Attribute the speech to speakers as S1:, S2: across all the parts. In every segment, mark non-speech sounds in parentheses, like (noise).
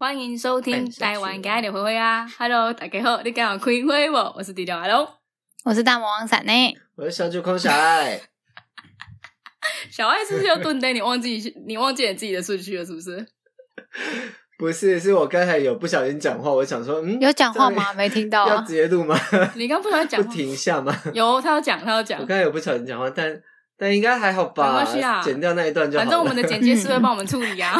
S1: 欢迎收听台湾家的灰灰啊！Hello，大家好，你敢有开会不？我是迪迪阿龙，
S2: 我是大魔王闪呢。
S3: 我是小酒空小爱，
S1: 小爱是不是又顿呆？你忘记 (laughs) 你忘记你自己的顺序了，是不是？
S3: 不是，是我刚才有不小心讲话，我想说，嗯，
S2: 有讲话吗？没听到
S3: 要
S2: 啊
S3: 直。接录吗？
S1: 你刚不小心讲
S3: (laughs) 不
S1: 话，
S3: 停一下吗？
S1: 有他要讲，他要讲
S3: 我，刚才有不小心讲话，但但应该还好吧？
S1: 没关系啊
S3: 剪掉那一段就好
S1: 反
S3: 了。
S1: 正我们的剪接师会帮我们处理啊。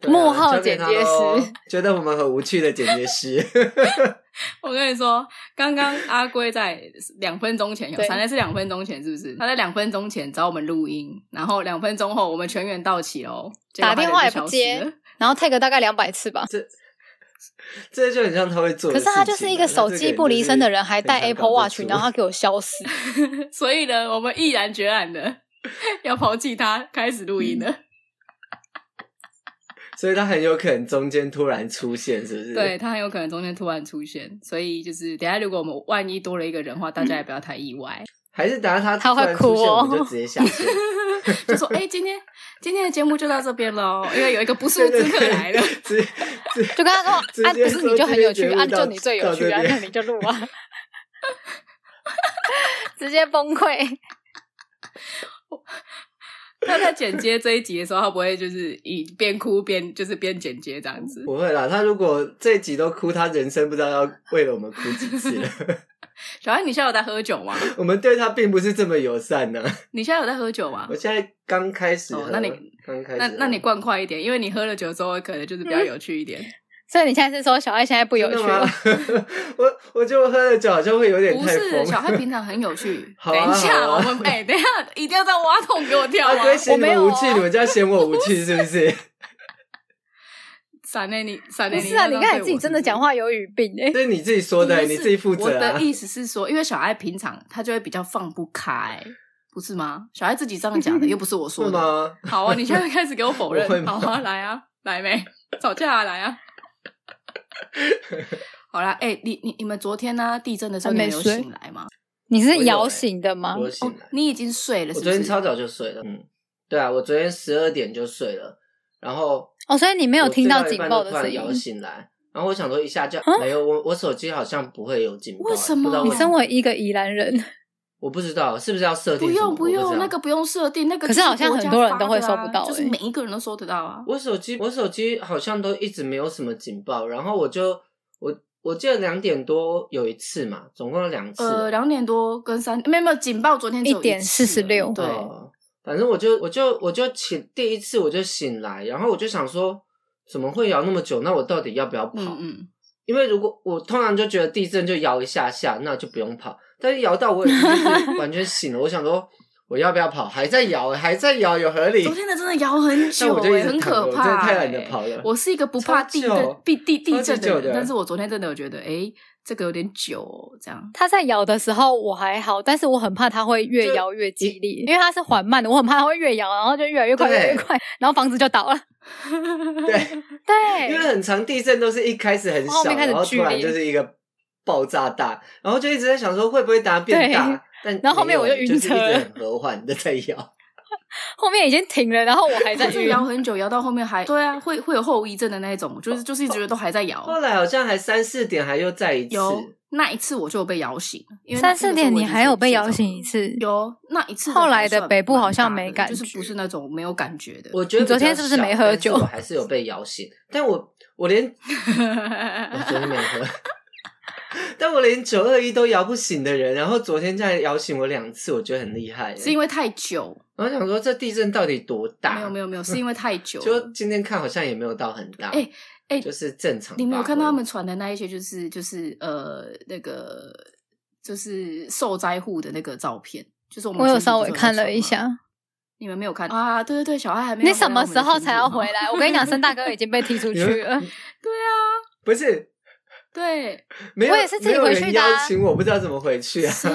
S3: 对啊
S2: 幕后
S3: 交给他
S2: 剪接师
S3: 咯觉得我们很无趣的剪接师，
S1: (laughs)
S3: (laughs)
S1: 我跟你说，刚刚阿龟在两分钟前有，
S2: 对
S1: 才那是两分钟前是不是？他在两分钟前找我们录音，然后两分钟后我们全员到齐喽，结果
S2: 打电话也
S1: 他人
S2: 不
S1: 就消失
S2: 接
S1: 了
S2: 然后 tag 大概两百次吧。
S3: 这就很像他会做的
S2: 可是
S3: 事情啊。
S2: 他就是一个手机不离身的人，还带 Apple Watch，然后他
S3: 后
S2: 给我消失。
S1: (laughs) 所以呢，我们毅然决然
S3: (laughs)
S1: 的要抛弃他，开始录
S3: 嗯
S1: 音了。
S3: (laughs) 所以他很有可能中间突然出现，是不是？
S1: 对，他很有可能中间突然出现，所以就是等一下如果我们万一多了一个人的话，大家也不要太意
S3: (laughs)
S1: 外。
S3: 还是等下他
S2: 他会
S3: 突然出现
S2: 哭哦
S3: 我们就直接下线。
S1: 就说哎、今天今天的节目就到这边喽，因为有一个不速之客来
S3: (laughs)
S1: 了。
S3: 直直
S2: 就跟他说
S3: (laughs) 直：“
S2: 啊，
S3: 接
S2: 不是你就很有趣，啊，就你最有趣啊，
S3: 到这
S2: 那
S3: 边
S2: 你就录啊。”直接崩溃。
S1: 他在剪接这一集的时候，他不会就是以边哭边就是边剪接这样子。
S3: 不会啦，他如果这一集都哭，他人生不知道要为了我们哭几次了。
S1: 小安，你现在有在喝酒吗？
S3: (laughs) 我们对他并不是这么友善呢、
S1: 你现在有在喝酒吗
S3: 我？现在刚开始喝、
S1: 哦那你
S3: 刚开始喝，
S1: 那那你灌快一点，因为你喝了酒之后，可能就是
S3: 嗯
S1: 比较有趣一点。
S2: 所以你现在是说小爱现在不有
S3: 真的
S2: 趣
S3: 吗
S2: 了？？
S3: (laughs) 我我觉得我喝了酒好像会有点
S1: 不
S3: 太
S1: 是，
S3: 疯。
S1: 小黑平常很有趣。
S3: (laughs) 好啊
S1: 等一下，
S3: 好啊
S1: 我们哎、等一下一定要再挖洞给我跳
S3: 阿
S1: 啊！
S3: 龟嫌你
S2: 我没
S3: 们
S2: 有
S3: 无
S2: 哦
S3: 趣，你们就要嫌我无趣，是不是？
S1: 闪内你，闪
S2: 不
S1: 内
S2: 是啊，你刚才自己真的讲
S1: 话。
S2: 话有语病哎。
S3: 这是你自己说的、
S1: 不是
S3: 你自己负
S1: 我
S3: 责啊
S1: 的。意思是说，因为小爱平常他就会比较放不开，不是吗？小爱自己这样讲的，又不是我
S3: (laughs) 是
S1: 说的。
S3: 吗？
S1: 好啊，你现在开始给我
S3: (laughs)
S1: 否
S3: 我会
S1: 认。好
S3: 吗
S1: 啊，来啊，来没？吵架啊，来啊！ (laughs) 好啦，哎、你你你们昨天呢、地震的时候，
S2: 还
S1: 你
S2: 没
S1: 们有
S2: 睡
S1: 醒来吗？
S2: 你
S3: 我
S2: 是
S3: 有欸
S2: 摇醒的吗？
S3: 我醒
S1: 哦
S3: 来，，
S1: 你已经睡了，是不
S3: 我昨
S1: 是？
S3: 天超早就睡了。嗯，对啊，我昨天十二点就睡了，然后
S2: 哦，所以你没有
S3: 我
S2: 听
S3: 睡
S2: 到
S3: 一
S2: 警
S3: 半
S2: 报
S3: 就
S2: 的
S3: 突然
S2: 声
S3: 摇
S2: 音。
S3: 醒来，然后我想说一下就没有，我我手机好像不会有警报，
S1: 啊为什么
S3: 不知道
S2: 你
S3: 为什
S2: 身
S3: 么
S2: 为一个宜兰人，
S3: 我不知道是不是要设定
S1: 不
S3: 什么
S1: 用
S3: 我
S1: 不
S3: 知道
S1: 用，那个不用设定，那个
S2: 可是
S1: 就
S2: 好像
S1: 国
S2: 很
S1: 家
S2: 多人
S1: 发
S2: 都会
S1: 的
S2: 收
S1: 啊
S2: 不到
S1: 就是
S2: 欸
S1: 每一个人都收得到啊。
S3: 我手机，我手机好像都一直没有什么警报，然后我就我我记得两点多有一次嘛，总共有两次。
S1: 呃，两点多跟三，没有没有警报，昨天只有
S2: 1点
S1: 次而已
S2: 46
S1: 对，
S3: 哦反正我就我就我就醒第一次我就醒来，然后我就想说怎么会摇那么久？那我到底要不要跑？
S1: 嗯嗯，
S3: 因为如果我通常就觉得地震就摇一下下，那就不用跑。但是摇到我已经就是
S2: (laughs)
S3: 完全醒了，我想说我要不要跑？还在摇，欸还在摇，有合理
S1: 昨？天的真的摇
S3: (laughs)
S1: 很
S3: 那
S1: 久、
S3: 我就一
S1: 欸，
S3: 直
S1: 很
S3: 躺了
S1: 可
S3: 我
S1: 怕、
S3: 真
S1: 欸。
S3: 的太懒得跑了。
S1: 我是一个不怕地
S3: 超
S1: 震
S3: 久、
S1: 地地地震
S3: 超
S1: 的
S3: 级久
S1: 人，
S3: 的
S1: 但是我昨天真的有觉得，哎、这个有点久、哦，这样。
S2: 他在摇的时候我还好，但是我很怕它会越
S3: 就
S2: 摇越激烈，因为它是缓慢的，我很怕它会越摇，然后就越来越快，越
S3: 对
S2: 来越快，然后房子就倒
S1: (laughs)
S2: 了。
S3: 对。因为
S2: (laughs) 对，
S3: 很长地震都是一开始很
S2: 后
S3: 小，
S2: 面开始
S3: 然后
S2: 剧
S3: 突然
S2: 烈
S3: 就是一个爆炸大，然后就一直在想说会不会大家变
S2: 对
S3: 大，但
S2: (laughs) 然后后面
S3: 没有
S2: 我就晕
S3: 就是一直
S2: 车了
S3: 很和缓的在
S2: (laughs)
S3: 摇。
S2: 后面已经停了，然后我还在
S1: 但是
S2: 晕。
S1: 摇很久，摇到后面还对啊，会会有后遗症的那一种，
S3: 哦
S1: 就是就是一直觉得都还在摇。
S3: 后来好像还三四点还又再一次，
S1: 有那一次我就有被摇醒了，因为那
S2: 三四点你还有被摇醒一。次
S1: 那个时候我已经睡着了有那一次，
S2: 后来的北部好像没感觉
S1: 就是不是那种没有感觉的。
S3: 我觉得
S2: 你昨
S3: 比较
S2: 天是不是
S3: 小
S2: 没喝
S3: 但
S2: 酒
S3: 我还是有被摇醒，但我我连我昨天没有喝，
S1: (laughs)
S3: 但我连九二一都摇不醒的人，然后昨天再摇醒我两次，我觉得很厉
S1: (laughs)
S3: 害。
S1: 是因为太久，
S3: 然后想说这地震到底多大？
S1: 没有没
S3: 有，
S1: 有没有，是因为太久了。
S3: 就今天看好像也没有到很大。
S1: 哎哎
S3: 就是正常发挥。
S1: 你没有看到他们传的那一些，就是就是呃那个就是受灾户的那个照片，就是我们
S2: 我有
S1: 群组
S2: 稍
S1: 不是
S2: 微
S1: 在
S2: 看了
S1: 传
S2: 一
S1: 吗，
S2: 下，
S1: 你们没有看啊？对对对，小孩还没有。
S2: 你什么时候才要回？来？我跟你讲，森大哥已经被踢出去
S1: (laughs)
S2: 了。
S3: 不是
S1: 对，
S3: 没有，
S2: 我也是自己回
S3: 没有人
S2: 去的啊
S3: 邀请我不知道怎么回去啊，
S1: 谁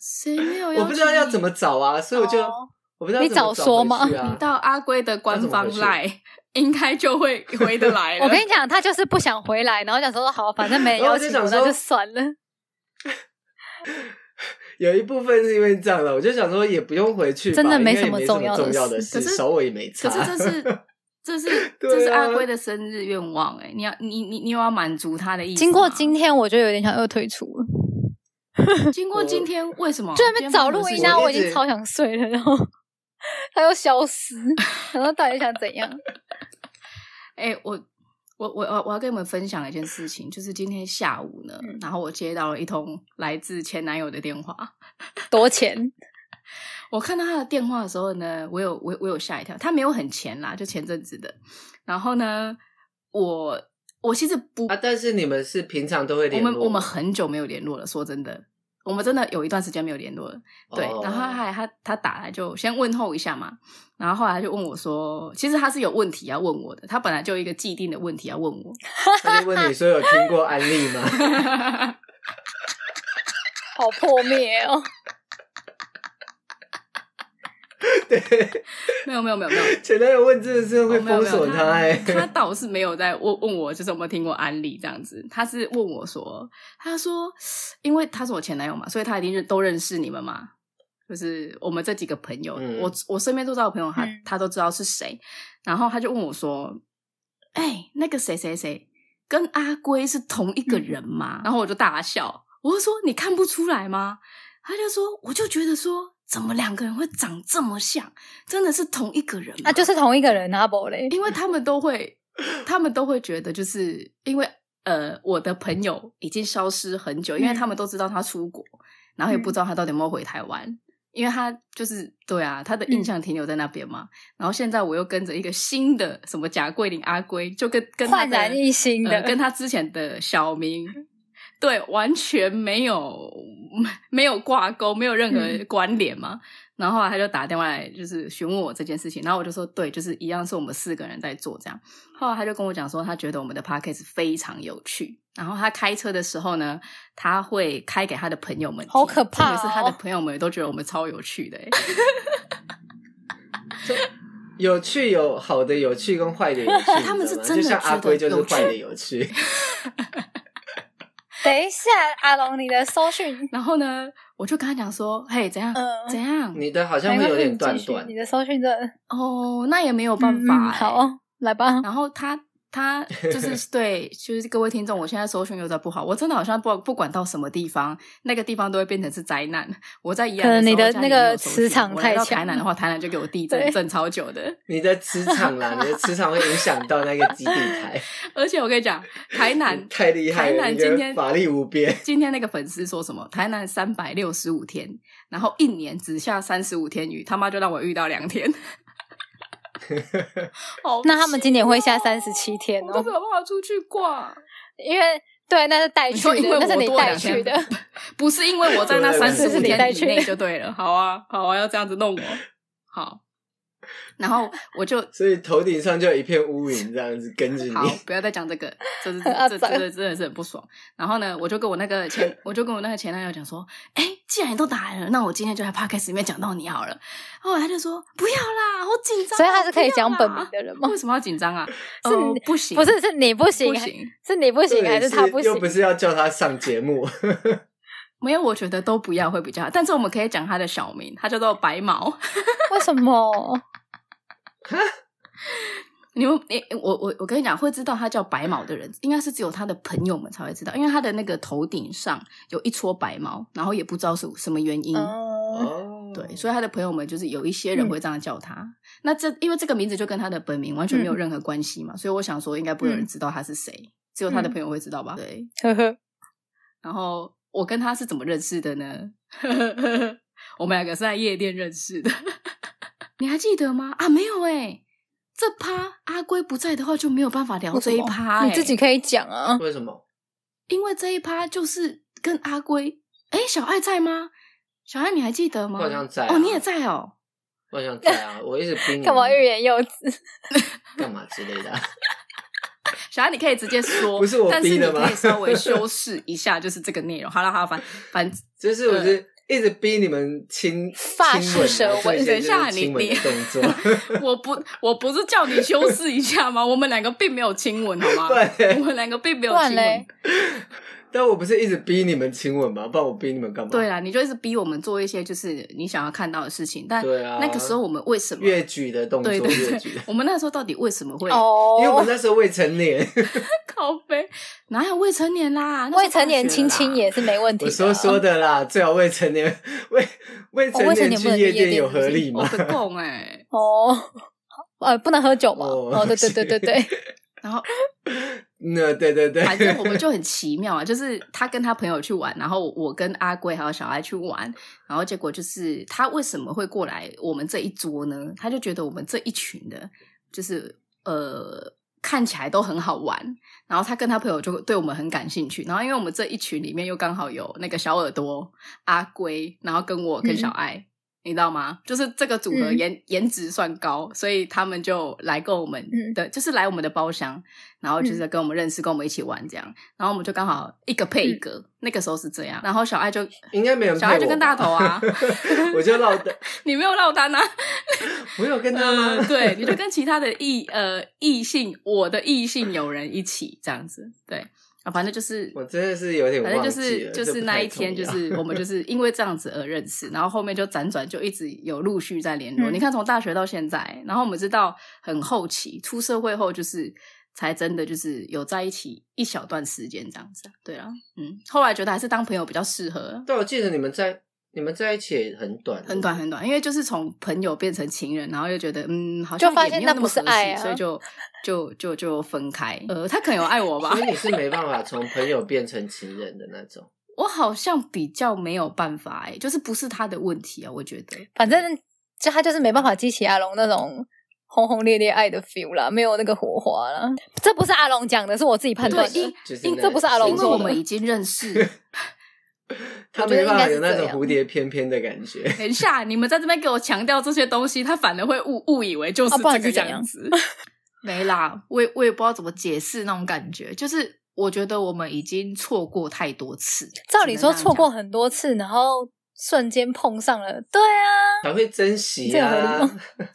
S1: 谁没有？
S3: 我不知道要怎么。找啊，所以我就、
S1: 哦
S3: 我不知道
S2: 你
S3: 怎么
S2: 早说嘛
S3: 回去啊
S1: 你到阿龟的官方
S3: 要怎么回
S1: 赖，应该就会回得来了。
S2: (laughs) 我跟你讲，他就是不想回来，然后想说好，反正没人
S3: 然后
S2: 邀
S3: 我就
S2: 请
S3: 想
S2: 我，那
S3: 说
S2: 就算了。
S3: 有一部分是因为这样了，我就想说也不用回去吧，
S2: 真的
S3: 应该也没
S2: 没什么
S3: 重
S2: 重要的
S3: 的
S2: 事
S1: 可是
S3: 手我也没擦。 (laughs)
S1: 可是这是这是
S3: 对啊
S1: 这是阿龟的生日愿望哎、你要你你你有要满足他的意思吗。
S2: 经过今天，我就有点想又退出了，
S1: 经过今天，为什么
S2: (laughs) 就在那边找路
S1: 今
S2: 一
S1: 天
S2: 下，
S1: 发生
S2: 我
S1: 什么
S2: 已
S1: 事
S2: 经超想睡了，然后 (laughs) 他又消失，然后到底想怎样？
S1: 哎、我我我我我要跟你们分享一件事情，就是今天下午呢，
S2: 嗯
S1: 然后我接到了一通来自前男友的电话。
S2: 多钱？
S1: 我看到他的电话的时候呢，我有我我有吓一跳，他没有很前啦，就前阵子的。然后呢，我我其实不，
S3: 啊，但是你们是平常都会
S1: 我
S3: 联络
S1: 们我们很久没有联络了，说真的。我们真的有一段时间没有联络了，对。
S3: 哦
S1: 然后他还他他打来就先问候一下嘛，然后后来他就问我说，其实他是有问题要问我的，他本来就有一个既定的问题要问我，
S3: 他就问你说有听过安利吗？
S2: 好破灭哦！
S1: 没有没有没有没有，
S3: (laughs) 前男友问真的是会
S1: 哦没有
S3: 封
S1: 没有
S3: 锁
S1: 他
S3: 哎、
S1: 他倒是没有在问问我，就是有没有听过安利这样子。他是问我说，他说，因为他是我前男友嘛，所以他一定认都认识你们嘛，就是我们这几个朋友，
S3: 嗯
S1: 我我身边周遭的朋友，他、
S2: 嗯
S1: 他都知道是谁。然后他就问我说，哎、那个谁谁谁跟阿龟是同一
S3: 嗯
S1: 个人吗？然后我就大笑，我就说你看不出来吗？他就说，我就觉得说。怎么两个人会长这么像？真的是同一个人吗？
S2: 啊，就是同一个人啊，宝嘞，
S1: 因为他们都会，他们都会觉得，就是因为呃，我的朋友已经消失很久，因为
S2: 嗯
S1: 他们都知道他出国，然后也不知道他到底有没有回台湾，因为他就是对啊，他的
S2: 嗯
S1: 印象停留在那边嘛。然后现在我又跟着一个新的什么贾桂林、阿龟，就 (laughs) 跟跟他
S2: 焕
S1: 的
S2: 然一新的
S1: 呃，跟他之前的小明，对，完全没有没有挂钩，没有任何
S2: 嗯
S1: 关联嘛。然后后来他就打电话来，就是询问我这件事情，然后我就说，对，就是一样是我们四个人在做这样。后来他就跟我讲说，他觉得我们的 podcast 非常有趣。然后他开车的时候呢，他会开给他的朋友们听，
S2: 好可怕哦
S1: 特别是他的朋友们也都觉得我们超有趣的欸、
S3: 有趣有好的有趣跟坏的有趣，
S1: (laughs) 他们是
S3: 你知道吗
S1: 真的
S3: 就像阿
S1: 觉得
S3: 龟就是
S1: 有趣
S3: 坏的有趣，
S2: 等一下，阿龙，你的搜讯，
S1: 然后呢，我就跟他讲说，嘿，怎样、
S2: 嗯
S1: 怎样
S3: 你的好像
S2: 没
S3: 会
S2: 关
S3: 有
S2: 系，
S3: 点
S2: 你
S3: 断
S2: 继续
S3: 断
S2: 你。的搜讯真的
S1: 哦，那也没有办法、欸
S2: 嗯嗯好，来吧，
S1: 然后他他就是
S3: (laughs)
S1: 对，就是各位听众，我现在搜寻有点不好，我真的好像不不管到什么地方，那个地方都会变成是灾难。我在宜兰
S2: 可能
S1: 时
S2: 你
S1: 候
S2: 的
S1: 家里
S2: 那
S1: 没有
S2: 个
S1: 手
S2: 磁
S1: 机
S2: 场
S1: 我来
S2: 太
S1: 到台
S2: 强
S1: 南的话，台南就给
S2: (laughs)
S1: 我地震
S2: 对
S1: 震超久的。
S3: 你的磁场啦，你的磁场会影响到那个基地
S1: (laughs)
S3: 台，
S1: 而且我跟你讲，台南
S3: (laughs) 太厉
S1: 台
S3: 害了，
S1: 南
S3: 你
S1: 今
S3: 的
S1: 天
S3: 法力无边。
S1: 今天那个粉丝说什么？台南三百六十五天，然后一年只下三十五天雨，他妈就让我遇到两
S3: (laughs)
S1: 天。 (laughs) 好
S2: 那他们
S1: 气
S2: 今年会下
S1: 哦
S2: 三十七天
S1: 我都
S2: 哦
S1: 没，有办法出去逛。
S2: 因为对，那是带
S1: 你
S2: 去
S1: 说 (laughs) 因为
S2: 的，那是
S1: 我
S2: 你
S1: 多
S2: 带
S1: 两
S2: 去
S1: 天
S2: 的，，
S1: 不是因为我
S2: (laughs)
S1: 在那
S3: 对
S1: 三十
S2: 这是
S1: 五
S2: 你带
S1: 天以
S2: 去
S1: 内
S2: 的
S1: 就对
S2: (laughs)
S1: 了。好啊，好啊，要这样子弄我，好。然后我
S2: (laughs)
S1: 就
S3: 所以头顶上就有一片乌云，这样子跟着你。
S1: 好，不要再讲这个，这是
S2: (laughs) 很肮
S1: 这这
S2: 脏
S1: 这真的是很不爽。然后呢，我就跟我那个前，我就跟我那个前男友讲说，哎、既然你都打来了，那我今天就在 podcast 里面讲到你好了。后来他就说不要啦，好紧张哦、
S2: 所以他是可以
S1: 不要
S2: 讲
S1: 啦
S2: 本名的人吗
S1: 为？什么要紧张啊？
S2: (laughs) 是
S1: 哦
S2: 你
S1: 不行，
S2: 不是，是你不行啊
S1: 不，行，
S2: 是你不行
S3: 对
S2: 还是他不行
S3: 又？不是要叫他上节
S1: (laughs)
S3: 目，
S1: 没有，我觉得都不要会比较好。但是我们可以讲他的小名，他叫做白毛。
S2: 为
S1: (laughs)
S2: 什么？
S1: 你们，你我我我跟你讲，会知道他叫白毛的人，应该是只有他的朋友们才会知道，因为他的那个头顶上有一撮白毛，然后也不知道是什么原因，
S2: 嗯，
S3: 哦，
S1: 对，所以他的朋友们就是有一些人会这样叫他。那这因为这个名字就跟他的本名完全没有任何关系嘛，所以我想说，应该不会有人知道他是谁，只有他的朋友会知道吧？对。
S2: (laughs) 呵呵，
S1: 然后我跟他是怎么认识的呢？ (laughs) 我们两个是在夜店认识的， (laughs) 你还记得吗？啊，没有哎、这趴阿龟不在的话就没有办法聊这一趴、欸，
S2: 你自己可以讲啊。
S3: 为什么？
S1: 因为这一趴就是跟阿龟，哎，小爱在吗？小爱你还记得吗？
S3: 我好像在啊
S1: 哦，你也在哦。
S3: 我想在啊，我一直
S1: 嗯
S3: 逼你
S2: 干嘛欲言又止？
S3: 干嘛之类的啊、
S1: 小安，你可以直接说，
S3: (laughs) 不是我
S1: 但是
S3: 逼
S1: 你
S3: 的吗
S1: 可以稍
S3: (laughs)
S1: 微修饰一下，就是这个内容。好了，好了，反反
S3: 就是我是一直逼你们亲
S2: 发
S3: 亲
S2: 式
S3: 吻
S2: 舌
S3: 啊，做一
S2: 吻
S3: 些
S1: 等一
S3: 就
S1: 下
S3: 是
S1: 你
S3: 亲吻的
S1: 你
S3: 动作。 (laughs)
S1: 我不我不是叫你修饰一下吗？我们两个并没有亲吻，好吗？
S3: (laughs) 对
S1: 我们两个并没有
S2: 不然
S1: 亲吻
S2: 嘞。
S3: 但我不是一直逼你们亲吻吗？不然我逼你们干嘛？
S1: 对啊，你就一直逼我们做一些就是你想要看到的事情，但
S3: 对啊，
S1: 那个时候我们为什么？
S3: 越举的动作
S1: 对对
S3: 越举
S1: 对，，我们那时候到底为什么
S2: (laughs)
S1: 会
S2: 哦
S3: 因为我那时候未
S1: (laughs)
S3: 成年，
S1: 靠背？哪有未成年啦？那时候
S2: 未成年
S1: 大学
S2: 亲
S1: 啦
S2: 亲也是没问题
S3: 我
S2: 的。
S1: 啊
S3: 说说的啦，最好未成年 (laughs) 未未成
S2: 哦未成
S3: 年
S2: 年不
S3: 去
S2: 能去
S3: 夜
S2: 夜
S3: 店
S2: 店
S3: 有
S2: 是不
S3: 合
S2: 是
S3: 理吗
S1: 我？的供哎，
S2: 哦， (laughs) 呃，不能喝酒嘛。
S3: 哦
S2: 哦，对对对对对，
S1: (laughs) 然后
S3: 那对对对，
S1: 反正我们就很奇妙啊，就是他跟他朋友去玩，然后我跟阿贵还有小爱去玩，然后结果就是他为什么会过来我们这一桌呢？他就觉得我们这一群的，就是呃看起来都很好玩，然后他跟他朋友就对我们很感兴趣，然后因为我们这一群里面又刚好有那个小耳朵阿龟，然后跟我跟小爱。你知道吗？就是这个组合
S2: 嗯
S1: 颜、颜值算高，所以他们就来跟我们
S2: 嗯
S1: 的，就是来我们的包厢，然后
S3: 嗯
S1: 就是跟我们认识，跟我们一起玩这样，然后我们就刚好一个配一
S3: 嗯
S1: 个，那个时候是这样，然后小爱
S3: (laughs)
S1: 就
S3: (laughs) 应该没人
S1: 小爱
S3: 配
S1: 就
S3: 我
S1: 跟
S3: 吧
S1: 大头啊，
S3: (laughs) 我就落单，
S1: 你没有落单
S3: (laughs)
S1: 啊，
S3: 我有跟他
S1: (laughs) 嗯，
S3: 吗？ (laughs)
S1: 对，你就跟其他的异呃异性，我的异性友人一起这样子，对啊，反正就是
S3: 我真的是有点
S1: 反正
S3: 忘
S1: 就
S3: 记
S1: 是
S3: 了，
S1: 就
S3: 这
S1: 是
S3: 不
S1: 那
S3: 太
S1: 一天，
S3: 重
S1: 就
S3: 要
S1: 是我们就是因为这样子而认识，然后后面就辗转就一直有陆续在联络。
S2: 嗯
S1: 你看从大学到现在，然后我们知道很后期出社会后，就是才真的就是有在一起一小段时间这样子啊。对啊，嗯，后来觉得还是当朋友比较适合，
S3: 但我记得你们在你们在一起也很短，
S1: 很短很短，因为就是从朋友变成情人，然后又觉得嗯，好像
S2: 就发
S1: 也
S2: 现
S1: 没有
S2: 那
S1: 么
S2: 不是
S1: 合适
S2: 爱啊
S1: 所以就就就就分开。呃，他可能有爱我吧
S3: (laughs) 所，以你是没办法从朋友变成情人的那种。
S1: 我好像比较没有办法哎、就是不是他的问题啊，我觉得。
S2: 反正就他就是没办法激起阿龙那种轰轰烈烈爱的 feel 啦，没有那个火花啦。这不是阿龙讲的，是我自己判断
S1: 对
S2: 的
S1: 因。
S3: 就是
S1: 因
S3: 那
S2: 这不是阿龙
S1: 因为
S2: 做
S1: 我
S2: 的
S1: 们已经认
S2: (laughs)
S1: 识。
S3: (laughs) 他
S2: 我觉得
S3: 没办法
S2: 应该是
S3: 有那
S2: 这
S3: 种
S2: 样
S3: 蝴蝶翩翩的感 (laughs) 觉。
S1: 等一下，你们在这边给我强调这些东西，他反而会误误以为就是
S2: 哦不
S1: 这
S2: 然
S1: 个
S2: 是怎样
S1: 样子。 (laughs) 没啦，我也我也不知道怎么解释那种感觉，就是我觉得我们已经错过太多次。
S2: 照理说
S1: 只能这样
S2: 错过
S1: 讲，
S2: 很多次，然后瞬间碰上了，对啊，
S3: 才会珍惜
S2: 这
S3: 啊
S2: 样合理！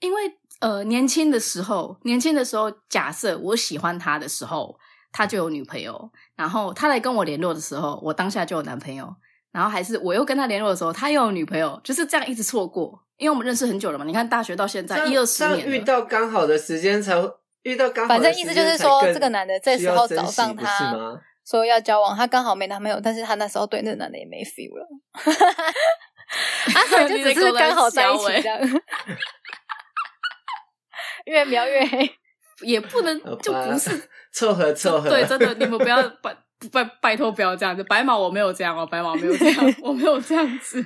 S1: 因为呃，年轻的时候，年轻的时候，假设我喜欢他的时候，他就有女朋友，然后他来跟我联络的时候，我当下就有男朋友，然后还是我又跟他联络的时候，他又有女朋友，就是这样一直错过。因为我们认识很久了嘛，你看大学到现
S3: 这
S1: 在
S3: 样
S1: 一二十
S3: 这样
S1: 年了，
S3: 遇到刚好的时间才会遇到刚好
S2: 反
S3: 的
S2: 正
S3: 时
S2: 意
S3: 间才更需要珍惜，
S2: 思就是说这个男的这时候找上
S3: 不是
S2: 他
S3: 吗？
S2: 说要交往，他刚好没男朋友，但是他那时候对那个男的也没 feel 了，啊，所以就只是刚好在一起这样。 (laughs) 越描越黑，
S1: 也不能
S3: 好吧
S1: 就不
S3: (laughs)
S1: 是
S3: 凑合凑合，
S1: 对，真的，你们不要拜不拜拜托不要这样子。白马我没有这样哦，白马我没有这
S3: (laughs)
S1: 样，我没有这样子。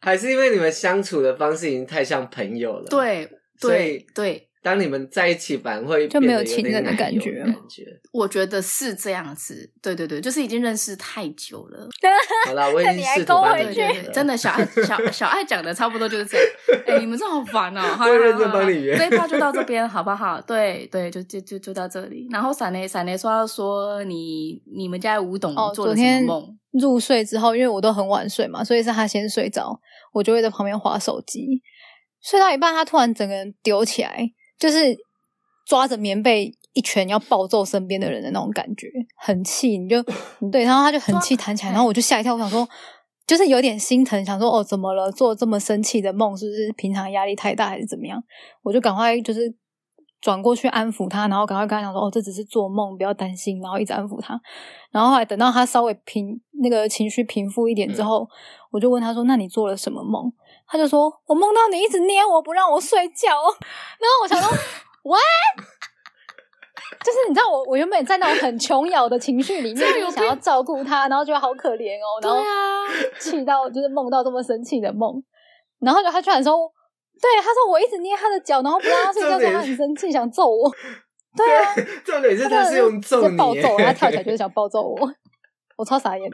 S3: 还是因为你们相处的方式已经太像朋友了。，
S1: 对
S3: 所以
S1: 对对，
S3: 当你们在一起反而会
S2: 就没有
S3: 变得
S2: 情人的
S3: 点
S2: 感
S3: 奶油
S2: 觉
S3: 的感觉。
S1: 我觉得是这样子。对对对，就是已经认识太久了。
S3: 好啦，我已
S2: (laughs) 那
S3: 经
S2: 你还
S3: 试图把
S2: 勾
S1: 对
S3: 你
S2: 回
S1: 对
S2: 去
S1: 对，真的，小爱小小爱讲的差不多就是这样。哎、你们这好烦哦、好啦
S3: 我也认真
S1: 好啦
S3: 帮你圆
S1: 这一趴就到这边好不好？对对，就就就就到这里。然后闪雷闪雷说要说你你们家的吴董
S2: 哦
S1: 做了
S2: 昨
S1: 什
S2: 天
S1: 么梦？
S2: 入睡之后，因为我都很晚睡嘛，所以是他先睡着，我就会在旁边划手机。睡到一半，他突然整个人丢起来，就是抓着棉被一拳要暴揍身边的人的那种感觉，很气。你就你对，然后他就很气弹起来，然后我就吓一跳，我想说，就是有点心疼，想说哦，怎么了？做这么生气的梦，是不是平常压力太大还是怎么样？我就赶快就是转过去安抚他，然后赶快跟他讲说，哦，这只是做梦，不要担心，然后一直安抚他。然后后来等到他稍微平那个情绪平复
S1: 嗯
S2: 一点之后，我就问他说：“那你做了什么梦？”他就说：“我梦到你一直捏我不让我睡觉。”然后我想说：“What？” 就是你知道我，我原本在那种很琼瑶的情绪里面，
S1: 这
S2: 就
S1: 有
S2: 是想要照顾他，然后觉得好可怜哦，
S1: 对
S2: 然后
S1: 啊，
S2: 气到就是梦到这么生气的梦，然后就他居然说，对，他说我一直捏他的脚，然后不让他睡觉，
S3: 重
S2: 说
S3: 点
S2: 他很生气，想揍我。对
S1: (laughs)
S2: 啊，
S3: 重点是他
S2: 他
S3: 是用揍你，
S2: 暴揍我，
S3: (laughs)
S2: 他跳起来就是想暴揍我， (laughs) 我超傻眼，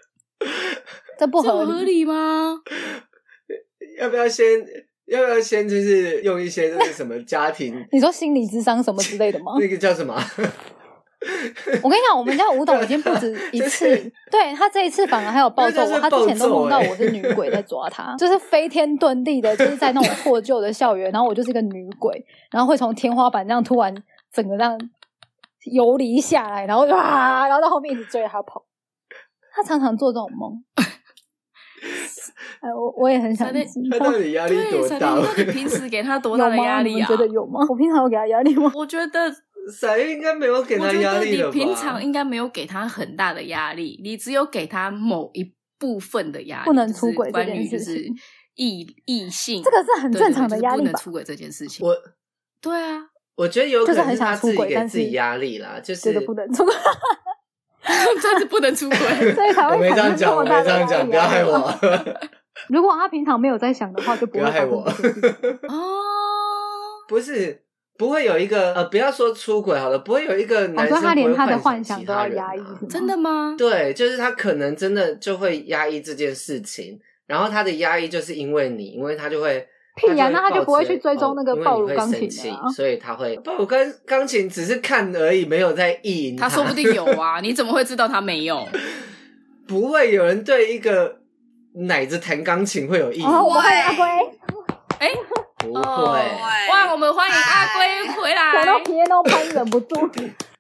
S2: 这不
S1: 这有
S2: 合理。
S1: 合理吗？
S3: 要不要先？要不要先就是用一些就是什么家庭
S2: 你说心理智商什么之类的吗？
S3: 那个叫什么？
S2: 我跟你讲，我们家吴董已经不止一次，
S3: 啊就是
S2: 对他这一次反而还有暴揍
S3: 因为
S2: 我，
S3: 他是
S2: 他
S3: 暴揍
S2: 之前都梦到
S3: 欸
S2: 我是女鬼在抓他，就是飞天遁地的，就是在那种破旧的校园，然后我就是一个女鬼，然后会从天花板这样突然整个这样游离下来，然后啊，然后到后面一直追着他跑。他常常做这种
S3: (laughs)
S2: 梦。哎，我我也很想
S1: 真的
S2: 知
S3: 他
S2: 道
S3: (laughs) 到底压力
S1: 对，
S3: 多
S1: 闪
S3: 大
S1: 电，？到底平时给他多大
S2: 有
S1: 的
S2: 吗
S1: 压
S2: 你
S1: 力
S2: 们
S1: 啊？
S2: 觉得有吗？我平常有给他压力吗？
S1: 我觉得，
S3: (laughs) 闪应该没有给
S1: 我
S3: 他
S1: 觉
S3: 压
S1: 得
S3: 力
S1: 你
S3: 了吧？
S1: 平常应该没有给他很大的压力，你只有给他某一部分的压力，
S2: 不能
S1: 就是
S2: 出轨这
S1: 关
S2: 件
S1: 于就
S2: 事
S1: 是
S2: 情
S1: 异异性，
S2: 这个是很
S1: 对
S2: 正
S1: 对
S2: 常
S1: 就
S2: 的
S1: 是
S2: 压
S1: 不
S2: 力
S1: 能
S2: 吧？
S1: 出轨这件事情。
S3: 我
S1: 对啊， (laughs)
S3: 我觉得有可
S2: 就是
S3: 能
S2: 很
S3: 他
S2: 想
S3: 自
S2: 出
S3: 己
S2: 轨
S3: 给
S2: 但
S3: 自己
S2: 是
S3: 压力啦，就是
S2: 觉得不能出轨，
S1: 但是不能出
S3: (laughs)
S1: 轨。
S2: 所以才
S3: 我
S2: 会
S3: 没这样
S2: 产生这
S3: 讲，我
S2: 么
S3: 没
S2: 大
S3: 这
S2: 的
S3: 样
S2: 压
S3: 讲，
S2: 力。
S3: 不要害我， (laughs)
S2: 如果他平常没有在想的话，就
S3: 不
S2: 会
S3: 要
S2: 发
S3: 害
S2: 生
S3: 我
S2: 这。些事
S3: (laughs)
S2: 情。
S1: 哦，
S3: 不是，不会有一个呃，不要说出轨好了，不会有一个
S2: 我
S3: 男
S2: 说
S3: 生
S2: 他连他的
S3: 不会
S2: 幻
S3: 幻
S2: 想
S3: 其
S2: 都
S3: 他
S2: 要
S3: 人
S2: 压抑，
S3: 啊
S2: 是吗
S1: 真的
S2: (laughs)
S1: 吗？
S3: 对，就是他可能真的就会压抑这件事情，然后他的压抑就是因为你，因为他就会。
S2: 屁呀那
S3: 他
S2: 他
S3: 就
S2: 就
S3: 会
S2: 不会去
S3: 抱
S2: 追
S3: 着
S2: 踪那个
S3: 哦因为
S2: 暴
S3: 你
S2: 乳
S3: 会
S2: 钢
S3: 生
S2: 琴
S3: 气
S2: 的啊
S3: 所以他会暴乳钢钢琴只是看而已，没有在意淫
S1: 他说不定有
S3: (laughs)
S1: 啊，你怎么会知道他没有？
S3: 不会有人对一个奶子弹钢琴会有意淫，
S2: 然后哦我们欢迎阿龟，
S3: 不会。
S4: 哦对
S1: 哦哇，我们欢迎阿龟回来
S2: 想。到皮耶诺潘忍不住，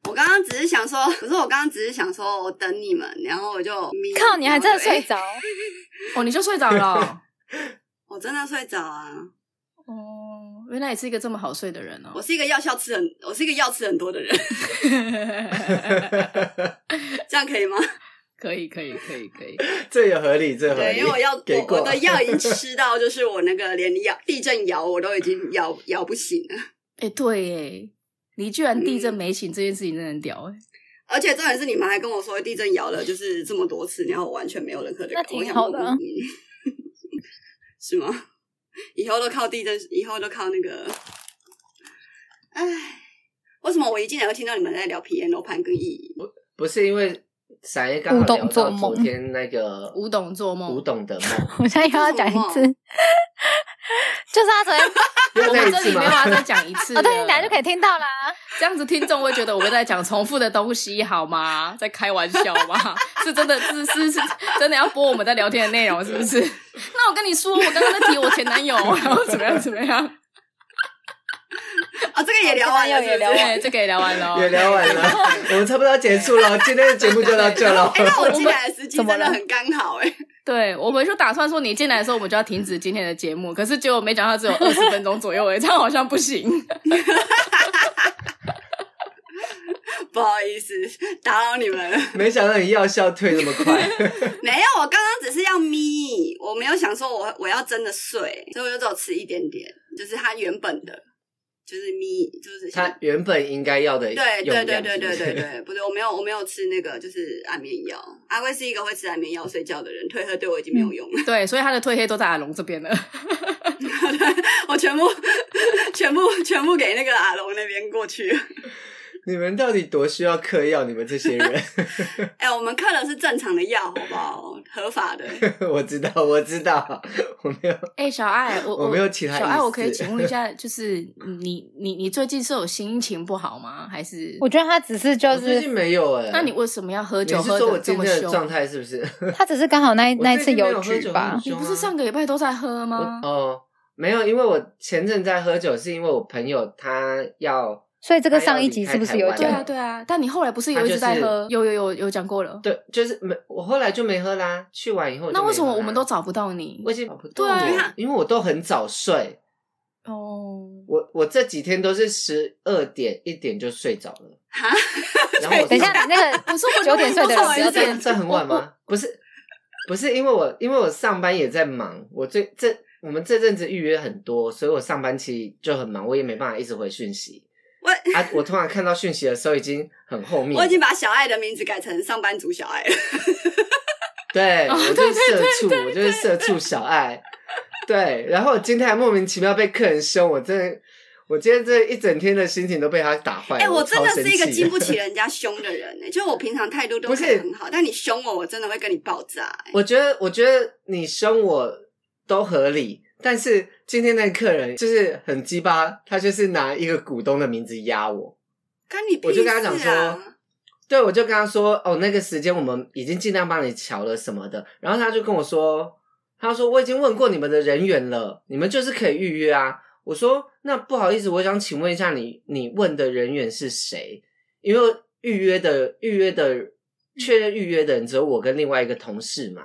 S4: 我刚刚只是想说， (laughs) 可是我刚刚只是想说我等你们，然后我就眯
S2: 靠，你还真的？
S4: 然
S2: 睡
S4: 后就哎
S2: 着？
S1: 哦，你就睡着了
S3: (laughs)
S1: 哦。
S4: 我真的睡着啊！
S1: 哦，原来你是一个这么好睡的人哦
S4: 我。是一个药效吃很，我是一个药吃很多的人，这样可以吗？
S1: 可以，可以，可以，可以。
S3: 这也合理，这合
S4: 对，
S3: 理。
S4: 因为我要
S3: 给
S4: 我
S3: 过
S4: 我的药已经吃到，就是我那个连摇地震摇我都已经摇摇不醒了，
S1: 哎，对耶，你居然
S2: 嗯
S1: 地震没醒这件事情真的很
S2: (laughs)
S1: 屌哎。
S4: 而且重点是你们还跟我说地震摇了就是这么多次，然后我完全没有任何的
S2: 那
S4: 感
S2: 挺
S4: 我想
S2: 好的啊
S4: 嗯 (laughs) 是吗？以后都靠地震，以后都靠那个，唉，为什么我一进来就听到你们在聊 piano 盘跟意淫？
S3: 不是因为闪夜刚好
S2: 吴董
S3: 聊
S2: 做
S3: 到昨
S2: 梦
S3: 天那个
S1: 吴董做梦
S3: 吴
S1: (laughs)
S3: 董的梦，
S2: (laughs) 我现在又要讲一次， (laughs) 就是他昨天
S3: 又
S1: 我
S3: 再
S1: 们
S3: 一
S1: 这
S3: 次
S1: 里没有啊
S3: 吗？
S1: 要再讲一次
S2: (laughs)
S3: 啊
S1: 了。
S2: 哦，对，你等下就可以听到啦。
S1: 这样子，听众会觉得我们在讲重复的东西，好吗？在开玩笑吗？是真的，是是是，真的要播我们在聊天的内容，是不是？那我跟你说，我刚刚在提我前男友，然后怎么样怎么样？
S4: 啊，这个也聊完了，
S2: 哦
S4: 是
S2: 这个也
S4: 不是
S2: 聊完
S1: 对，这个也聊完了哦。
S3: 也聊完了，我们差不多要结束了，今天的节目就到这
S4: (laughs)
S3: 了。
S4: 哎、那我进来
S2: (laughs)
S4: 的时机
S2: 怎
S4: 真
S2: 么
S4: 的
S2: 了
S4: 很刚好哎、
S1: 对，我们就打算说你进来的时候，我们就要停止今天的节目。可是结果没想到只有二十分钟左右诶，这样好像不行。 (laughs)
S4: 不好意思，打扰你们了。
S3: 没想到你药效退那么快，
S4: 没有，我刚刚只是要眯，我没有想说我我要真的睡，所以我就只有吃一点点，就是它原本的，就是眯，就是
S3: 他原本应该要的
S4: 对
S3: 用
S4: 对
S3: 量是
S4: 对对对
S3: 不是
S4: 对对，不是我没有我没有吃那个就是安眠药，阿贵是一个会吃安眠药睡觉的人，褪黑对我已经没有用了，
S1: 对，所以他的褪黑都在阿龙这边了。
S4: (laughs) 我全部全部全部给那个阿龙那边过去了。
S3: (laughs) 你们到底多需要嗑药？你们这些人， (laughs)
S4: 哎、我们嗑的是正常的药，好不好？合法的。
S3: 我知道，我知道，我没有，
S1: 哎、小爱，我
S3: 我没有其他
S1: 小
S3: 意
S1: 爱，
S3: 思
S1: 我可以请问
S3: (laughs)
S1: 一下，就是你你你最近是有心情不好吗？还是
S2: 我觉得他只是就
S3: 我最近
S2: 是，
S3: 没有哎。
S1: 那你为什么要喝
S3: 你
S1: 酒
S3: 是
S1: 喝
S3: 说我
S1: 的这
S3: 今
S1: 么
S3: 天的
S1: 凶？
S3: 状态是不 (laughs) 是？
S2: 他只是刚好那一
S3: 我
S2: 那一次
S3: 最近没有喝
S2: 局
S3: 酒
S2: 吧
S3: 很。
S1: 你
S3: 凶啊
S1: 不是上个礼拜都在喝吗
S3: 我？哦，没有，因为我前阵在喝酒，是因为我朋友他要
S2: 所以这个上一集是不是有
S1: 对
S3: 他要
S1: 啊，
S3: 离开
S2: 讲？
S3: 台湾
S1: 对啊，但你后来不是有
S3: 他
S1: 一
S3: 就
S1: 直在
S3: 是
S1: 喝？有有有有讲过了。
S3: 对，就是没我后来就没喝啦。去完以后我就
S1: 那为什么
S3: 没喝啊啦
S1: 我们都找不到你
S3: 我？已经找不到
S1: 对啊
S3: 我
S4: 你看
S3: 因为我都很早睡，
S1: 哦，
S3: 我我这几天都是十二点一点就睡着了。
S1: (laughs)
S4: 哈，
S3: 然后我
S2: 等一下，你那个
S1: 不是我
S2: 九点睡的人不要这
S1: 我
S2: 样
S1: 我
S3: 这很晚吗？不是，不是，因为我因为我上班也在忙，我最这我们这阵子预约很多，所以我上班其实就很忙，我也没办法一直回讯息。
S4: 我
S3: 啊，我突然看到讯息的时候已经很后面了，
S4: 我已经把小爱的名字改成上班族小爱了。
S3: 对，
S1: 哦
S3: 我就是社畜，我就是社畜小爱。对，然后我今天还莫名其妙被客人凶，我真的，我今天这一整天的心情都被他打坏了。
S4: 哎、我真
S3: 超
S4: 的
S3: 生
S4: 是一个
S3: 气
S4: 经不起人家凶的人呢、欸就我平常态度都
S3: 不
S4: 可
S3: 是
S4: 以很好，但你凶我，我真的会跟你爆炸、欸。
S3: (laughs) 我觉得，我觉得你凶我都合理，但是今天那个客人就是很鸡巴，他就是拿一个股东的名字压我，
S4: 跟你屁
S3: 我就
S4: 事
S3: 跟他讲说
S4: 啊！，
S3: 对，我就跟他说，哦，那个时间我们已经尽量帮你瞧了什么的，然后他就跟我说，他说我已经问过你们的人员了，你们就是可以预约啊。我说那不好意思，我想请问一下你，你问的人员是谁？因为预约的预约的确认预约的人只有我跟另外一个同事嘛，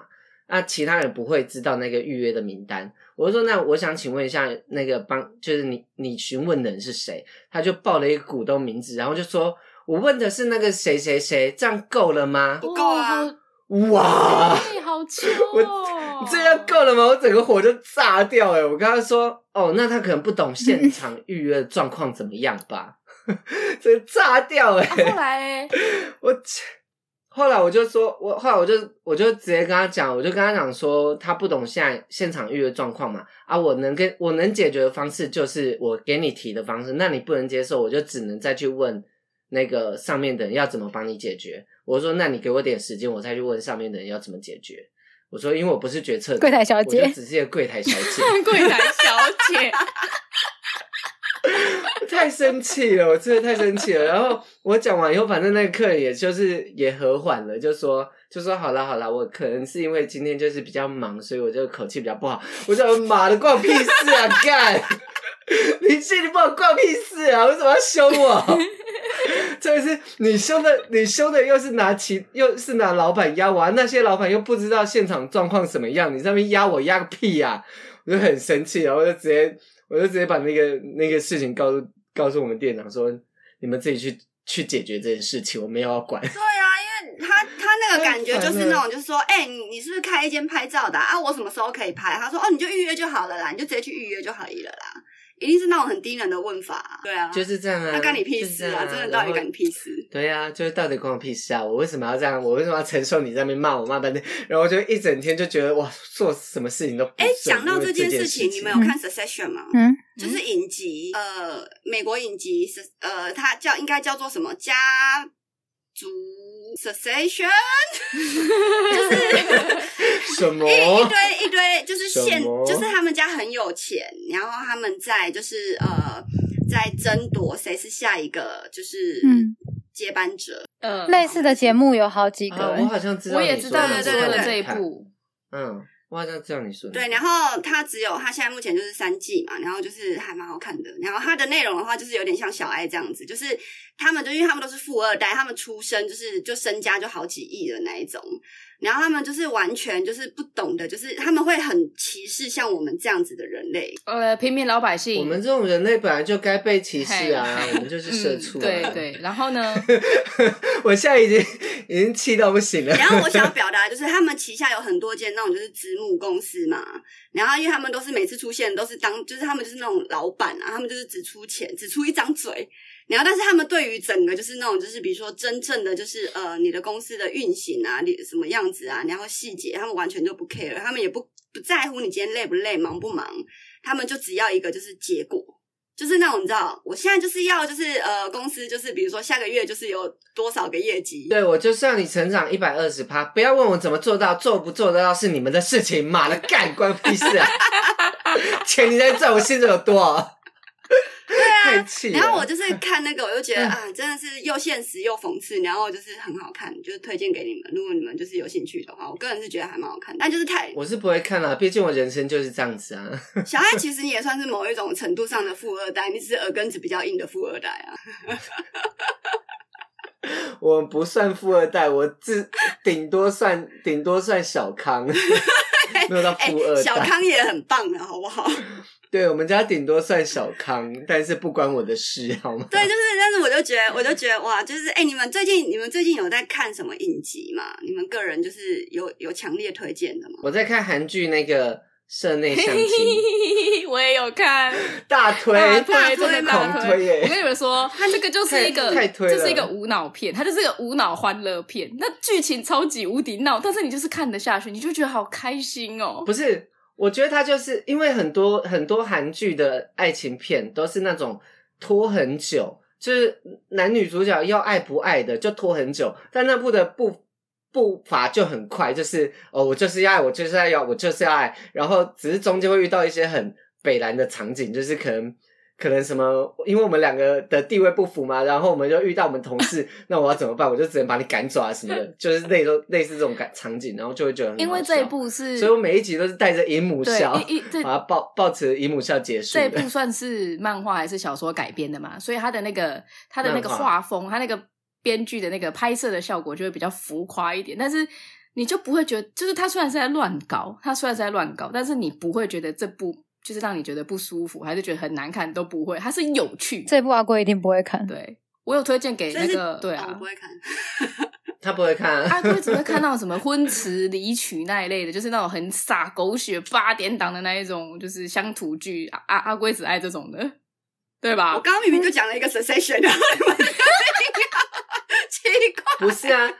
S3: 那其他人不会知道那个预约的名单。我就说，那我想请问一下，那个帮就是你你询问的人是谁？他就报了一个股东名字，然后就说我问的是那个谁谁谁，这样够了吗？
S4: 不够啊
S1: 哇
S3: 哇！
S1: 哦好，哎好糗哦
S3: (laughs) 我！这样够了吗？我整个火就炸掉哎、我跟他说，哦，那他可能不懂现场预约的状况怎么样吧， (laughs) 这个炸掉哎、
S1: 啊后来嘞， (laughs)
S3: 我切后来我就说，我后来我就我就直接跟他讲，我就跟他讲说，他不懂现在现场预约状况嘛，啊，我能跟我能解决的方式就是我给你提的方式，那你不能接受，我就只能再去问那个上面的人要怎么帮你解决。我说，那你给我点时间，我再去问上面的人要怎么解决。我说，因为我不是决策者
S2: 柜台小姐
S3: 我就只是一个柜台小姐，
S1: 柜台小姐， (laughs)
S3: (laughs) 太生气了，我真的太生气了。然后我讲完以后，反正那个客人也就是也和缓了，就说就说好啦好啦，我可能是因为今天就是比较忙，所以我就口气比较不好。我就妈的，关我屁事啊！干，你气你不好关我屁事啊！为什么要凶我？这是你凶的，你凶的又是拿其又是拿老板压我、啊，那些老板又不知道现场状况什么样，你上面压我压个屁呀、啊！我就很生气，然后我就直接我就直接把那个那个事情告诉告诉我们店长说，你们自己去去解决这件事情，我没有要管。
S4: 对啊，因为他他那个感觉就是那种，就是说，哎、你你是不是开一间拍照的啊？啊我什么时候可以拍？他说，哦，你就预约就好了啦，你就直接去预约就可以了啦。一定是那种很低能的问法、对啊，
S3: 就是这样啊，
S4: 那干你屁
S3: 就是
S4: 事
S3: 这样
S4: 啊！真的到底干你屁
S3: 事？
S4: 事？
S3: 对啊，就是到底关我屁事啊！我为什么要这样？我为什么要承受你在那边骂我骂半天？然后我就一整天就觉得哇，做什么事情都不
S4: 哎，
S3: 顺
S4: 讲到
S3: 因为
S4: 这
S3: 这
S4: 件
S3: 事
S4: 事情，你们有看《Succession》吗？
S2: 嗯，
S4: 就是影集，呃，美国影集是呃，它叫应该叫做什么家族 Succession，
S3: 什么？
S4: 一一堆一堆，就是
S3: 哦什
S4: 现
S3: 么
S4: 就是他们家很有钱，然后他们在就是呃，在争夺谁是下一个就是
S2: 嗯
S4: 接班者。
S1: 嗯，
S2: 类似的节目有好几
S3: 啊
S2: 个，
S3: 我好像知道
S1: 我
S3: 你说的，
S1: 也知道你
S4: 对
S1: 说
S4: 对对
S1: 的
S4: 对
S1: 这一
S3: 看，
S1: 步，
S3: 嗯，我好像知道你说的
S4: 对，然后它只有它现在目前就是三季嘛，然后就是还蛮好看的。然后它的内容的话，就是有点像小爱这样子，就是他们就因为他们都是富二代，他们出生就是就身家就好几亿的那一种，然后他们就是完全就是不懂得，就是他们会很歧视像我们这样子的人类。
S1: 呃，平民老百姓，
S3: 我们这种人类本来就该被歧视啊
S1: 嘿，
S3: 我们就是社畜、
S1: 嗯
S3: 啊
S1: 对。对，然后呢，，
S3: (laughs) 我现在已经已经气到不行了。
S4: (laughs) 然后我想要表达就是，他们旗下有很多间那种就是子母公司嘛，然后因为他们都是每次出现都是当，就是他们就是那种老板啊，他们就是只出钱，只出一张嘴。然后，但是他们对于整个就是那种就是比如说真正的就是呃你的公司的运行啊，你什么样子啊，然后细节，他们完全就不 care，他们也不不在乎你今天累不累，忙不忙，他们就只要一个就是结果。就是那种你知道，我现在就是要就是呃，公司就是比如说下个月就是有多少个业绩，
S3: (laughs) 对，我就是让你成长一百二十趴，不要问我怎么做到，做不做得到是你们的事情，妈的干关我屁事 (laughs) 啊！钱你在赚，我薪水有多 (laughs) 少？对啊，太气了。嗯
S4: 然后我就是看那个，我就觉得啊，真的是又现实又讽刺，然后就是很好看，就是推荐给你们。如果你们就是有兴趣的话，我个人是觉得还蛮好看的，但就是太
S3: 我是不会看啦、毕竟我人生就是这样子啊。
S4: 小爱，其实你也算是某一种程度上的富二代，你只是耳根子比较硬的富二代啊。
S3: (laughs) 我不算富二代，我自顶多算 (laughs) 顶多算小 (laughs) 康，没有到
S4: 哎
S3: 富二代。，
S4: 小康也很棒的，好不好？ (laughs)
S3: 对我们家顶多算小康，但是不关我的事，好吗？
S4: 对，就是，但是我就觉得，我就觉得哇，就是哎，你们最近你们最近有在看什么影集吗？你们个人就是有有强烈推荐的吗？
S3: 我在看韩剧那个《社内相亲》
S1: (laughs) 我也有看，
S3: 大推
S1: 大
S4: 大
S1: 推
S4: 推
S1: 真的
S4: 大
S1: 大
S3: 狂推
S1: 推。我
S3: 耶！
S1: 跟你们说，它这个就是一个
S3: 太太，推了
S1: 这是一个无脑片，它就是一个无脑欢乐片。那剧情超级无敌闹，但是你就是看得下去，你就觉得好开心哦。
S3: 不是，我觉得他就是因为很多很多韩剧的爱情片都是那种拖很久，就是男女主角要爱不爱的就拖很久，但那部的步步伐就很快，就是哦，我就是要爱，我就是要要，我就是要爱，然后只是中间会遇到一些很北蓝的场景，就是可能。可能什么？因为我们两个的地位不符嘛，然后我们就遇到我们同
S1: (laughs)
S3: 事，那我要怎么办？我就只能把你赶走啊什么的，就是类都类似这种感场景，然后就会觉得很
S1: 因为
S3: 好
S1: 这一
S3: 笑
S1: 部是，
S3: 所以我每一集都是带着姨母
S1: 对
S3: 笑，
S1: 一一对
S3: (laughs) 把它抱抱持姨母笑结束
S1: 这一
S3: 的。
S1: 部算是漫画还是小说改编的嘛？所以它的那个它的那个
S3: 漫
S1: 画风，它那个编剧的那个拍摄的效果就会比较浮夸一点，但是你就不会觉得，就是他虽然是在乱搞，他虽然是在乱搞，但是你不会觉得这部就是让你觉得不舒服，还是觉得很难看都不会，它是有趣。
S2: 这部阿龟一定不会看，
S1: 对我有推荐给
S4: 所以
S1: 那
S4: 是
S1: 个对
S4: 哦我
S1: 啊
S4: 不，会看。
S3: 他不会看、
S1: 阿龟只会看到什么婚词离曲那一类的，就是那种很傻狗血八点档的那一种，就是乡土剧。阿阿阿龟只爱这种的，对吧
S4: 我？刚刚明明就讲了一个 sensation，然后
S1: (laughs)
S4: 你们 (laughs) 奇怪，
S3: (laughs) 不是啊，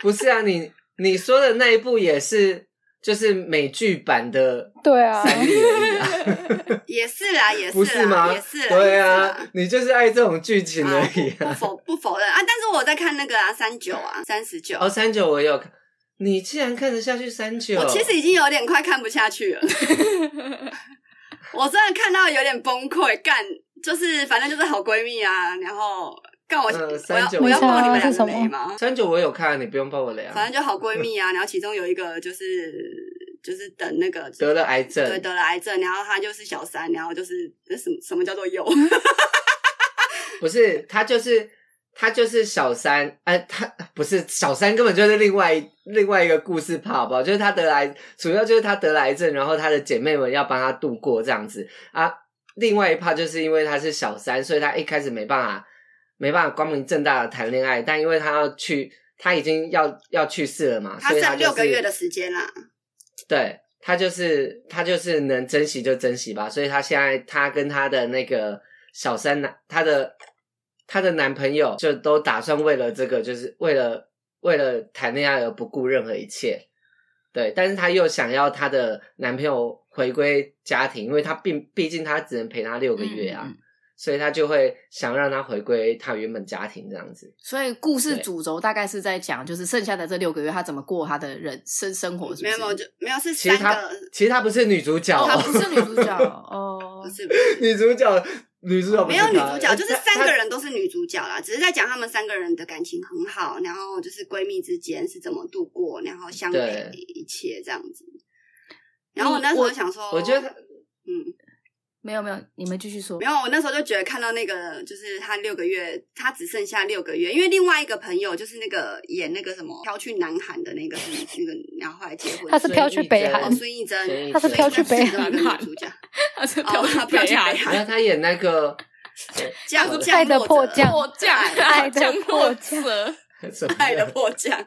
S3: 不是啊，你你说的那一部也是，就是美剧版的
S2: 对啊，
S3: 三立而已
S4: (laughs)
S3: 啊，
S4: 也是啦，也
S3: 不
S4: 是啦，
S3: 吗
S4: 也是？啦，
S3: 对
S4: 也是啦
S3: 啊，你就是爱这种剧情而
S4: 啊
S3: 已
S4: 不 (laughs)
S3: 啊。
S4: 否不否认啊，但是我在看那个啊，三九啊，三十九。
S3: 哦，三九我也有看，你竟然看得下去三九？
S4: 我其实已经有点快看不下去了， (laughs) 我真的看到有点崩溃。干，就是反正就是好闺蜜啊，然后干我、
S3: 嗯
S4: 我要
S3: 39
S4: 我要爆你们两
S2: 是什
S4: 个
S2: 么
S4: 雷吗？
S3: 三九我有看，你不用爆我雷啊。
S4: 反正就好闺蜜啊，然后其中有一个就是就是等那个
S3: 得了癌症，
S4: 对，得了癌症，然后他就是小三，然后就是那什么什么叫做有，
S3: (laughs) 不是他就是他就是小三，哎、他不是小三，根本就是另外一另外一个故事怕好不好？就是他得了癌，主要就是他得了癌症，然后他的姐妹们要帮他度过这样子啊。另外一怕就是因为他是小三，所以他一开始没办法没办法光明正大的谈恋爱，但因为他要去，他已经要要去世了嘛，
S4: 他
S3: 所以他
S4: 剩
S3: 就是
S4: 六个月的时间啦。
S3: 对他就是他就是能珍惜就珍惜吧，所以他现在他跟他的那个小三男，他的他的男朋友就都打算为了这个，就是为了为了谈恋爱而不顾任何一切。对，但是她又想要她的男朋友回归家庭，因为她并毕竟她只能陪他六个月啊，
S1: 嗯嗯
S3: 所以她就会想让他回归他原本家庭这样子。
S1: 所以故事
S3: 对
S1: 主轴大概是在讲，就是剩下的这六个月，他怎么过他的人生生活，是不是？
S4: 没有没有，就没有是
S3: 其实
S4: 三
S3: 她
S4: 个，
S3: 其实她不是女主角、
S1: 哦，他
S3: 哦， (laughs)
S1: 不是女主角
S4: (laughs)
S1: 哦
S4: 不。是不是
S3: 女主角，女主角不哎
S4: 哦没
S3: 是
S4: 有女
S3: 她
S4: 主角，就是
S3: 她
S4: 三
S3: 她
S4: 个人都是女主角啦，只是在讲她们三个人的感情很好，然后就是闺蜜之间是怎么度过，然后相陪
S3: 对
S4: 一切这样子。然后我那时
S1: 我
S4: 候想说，
S3: 我觉得他
S4: 嗯，
S1: 没有没有，你们继续说 (laughs)
S4: 没。有，我那时候就觉得看到那个，就是她六个月，她只剩下六个月，因为另外一个朋友就是那个演那个什么飘去南韩的那个什么那个，然后后来结婚，
S2: 他是飘去北
S4: 哦
S2: 韩，
S4: 孙艺珍，
S3: 她是飘
S2: 去北
S4: 韩女主角，
S1: 他是
S4: 哦她飘去北
S3: 然后
S4: 韩，
S3: 他演那
S4: (laughs)
S3: 个
S4: 降
S3: 她是
S4: 降
S2: 爱的
S4: 落
S2: 迫
S4: 者
S2: 降
S4: (laughs)
S1: 迫降，
S2: 爱的
S1: 降
S2: 迫
S1: 落
S2: 降
S1: 者。
S3: 什么
S4: 爱的迫降。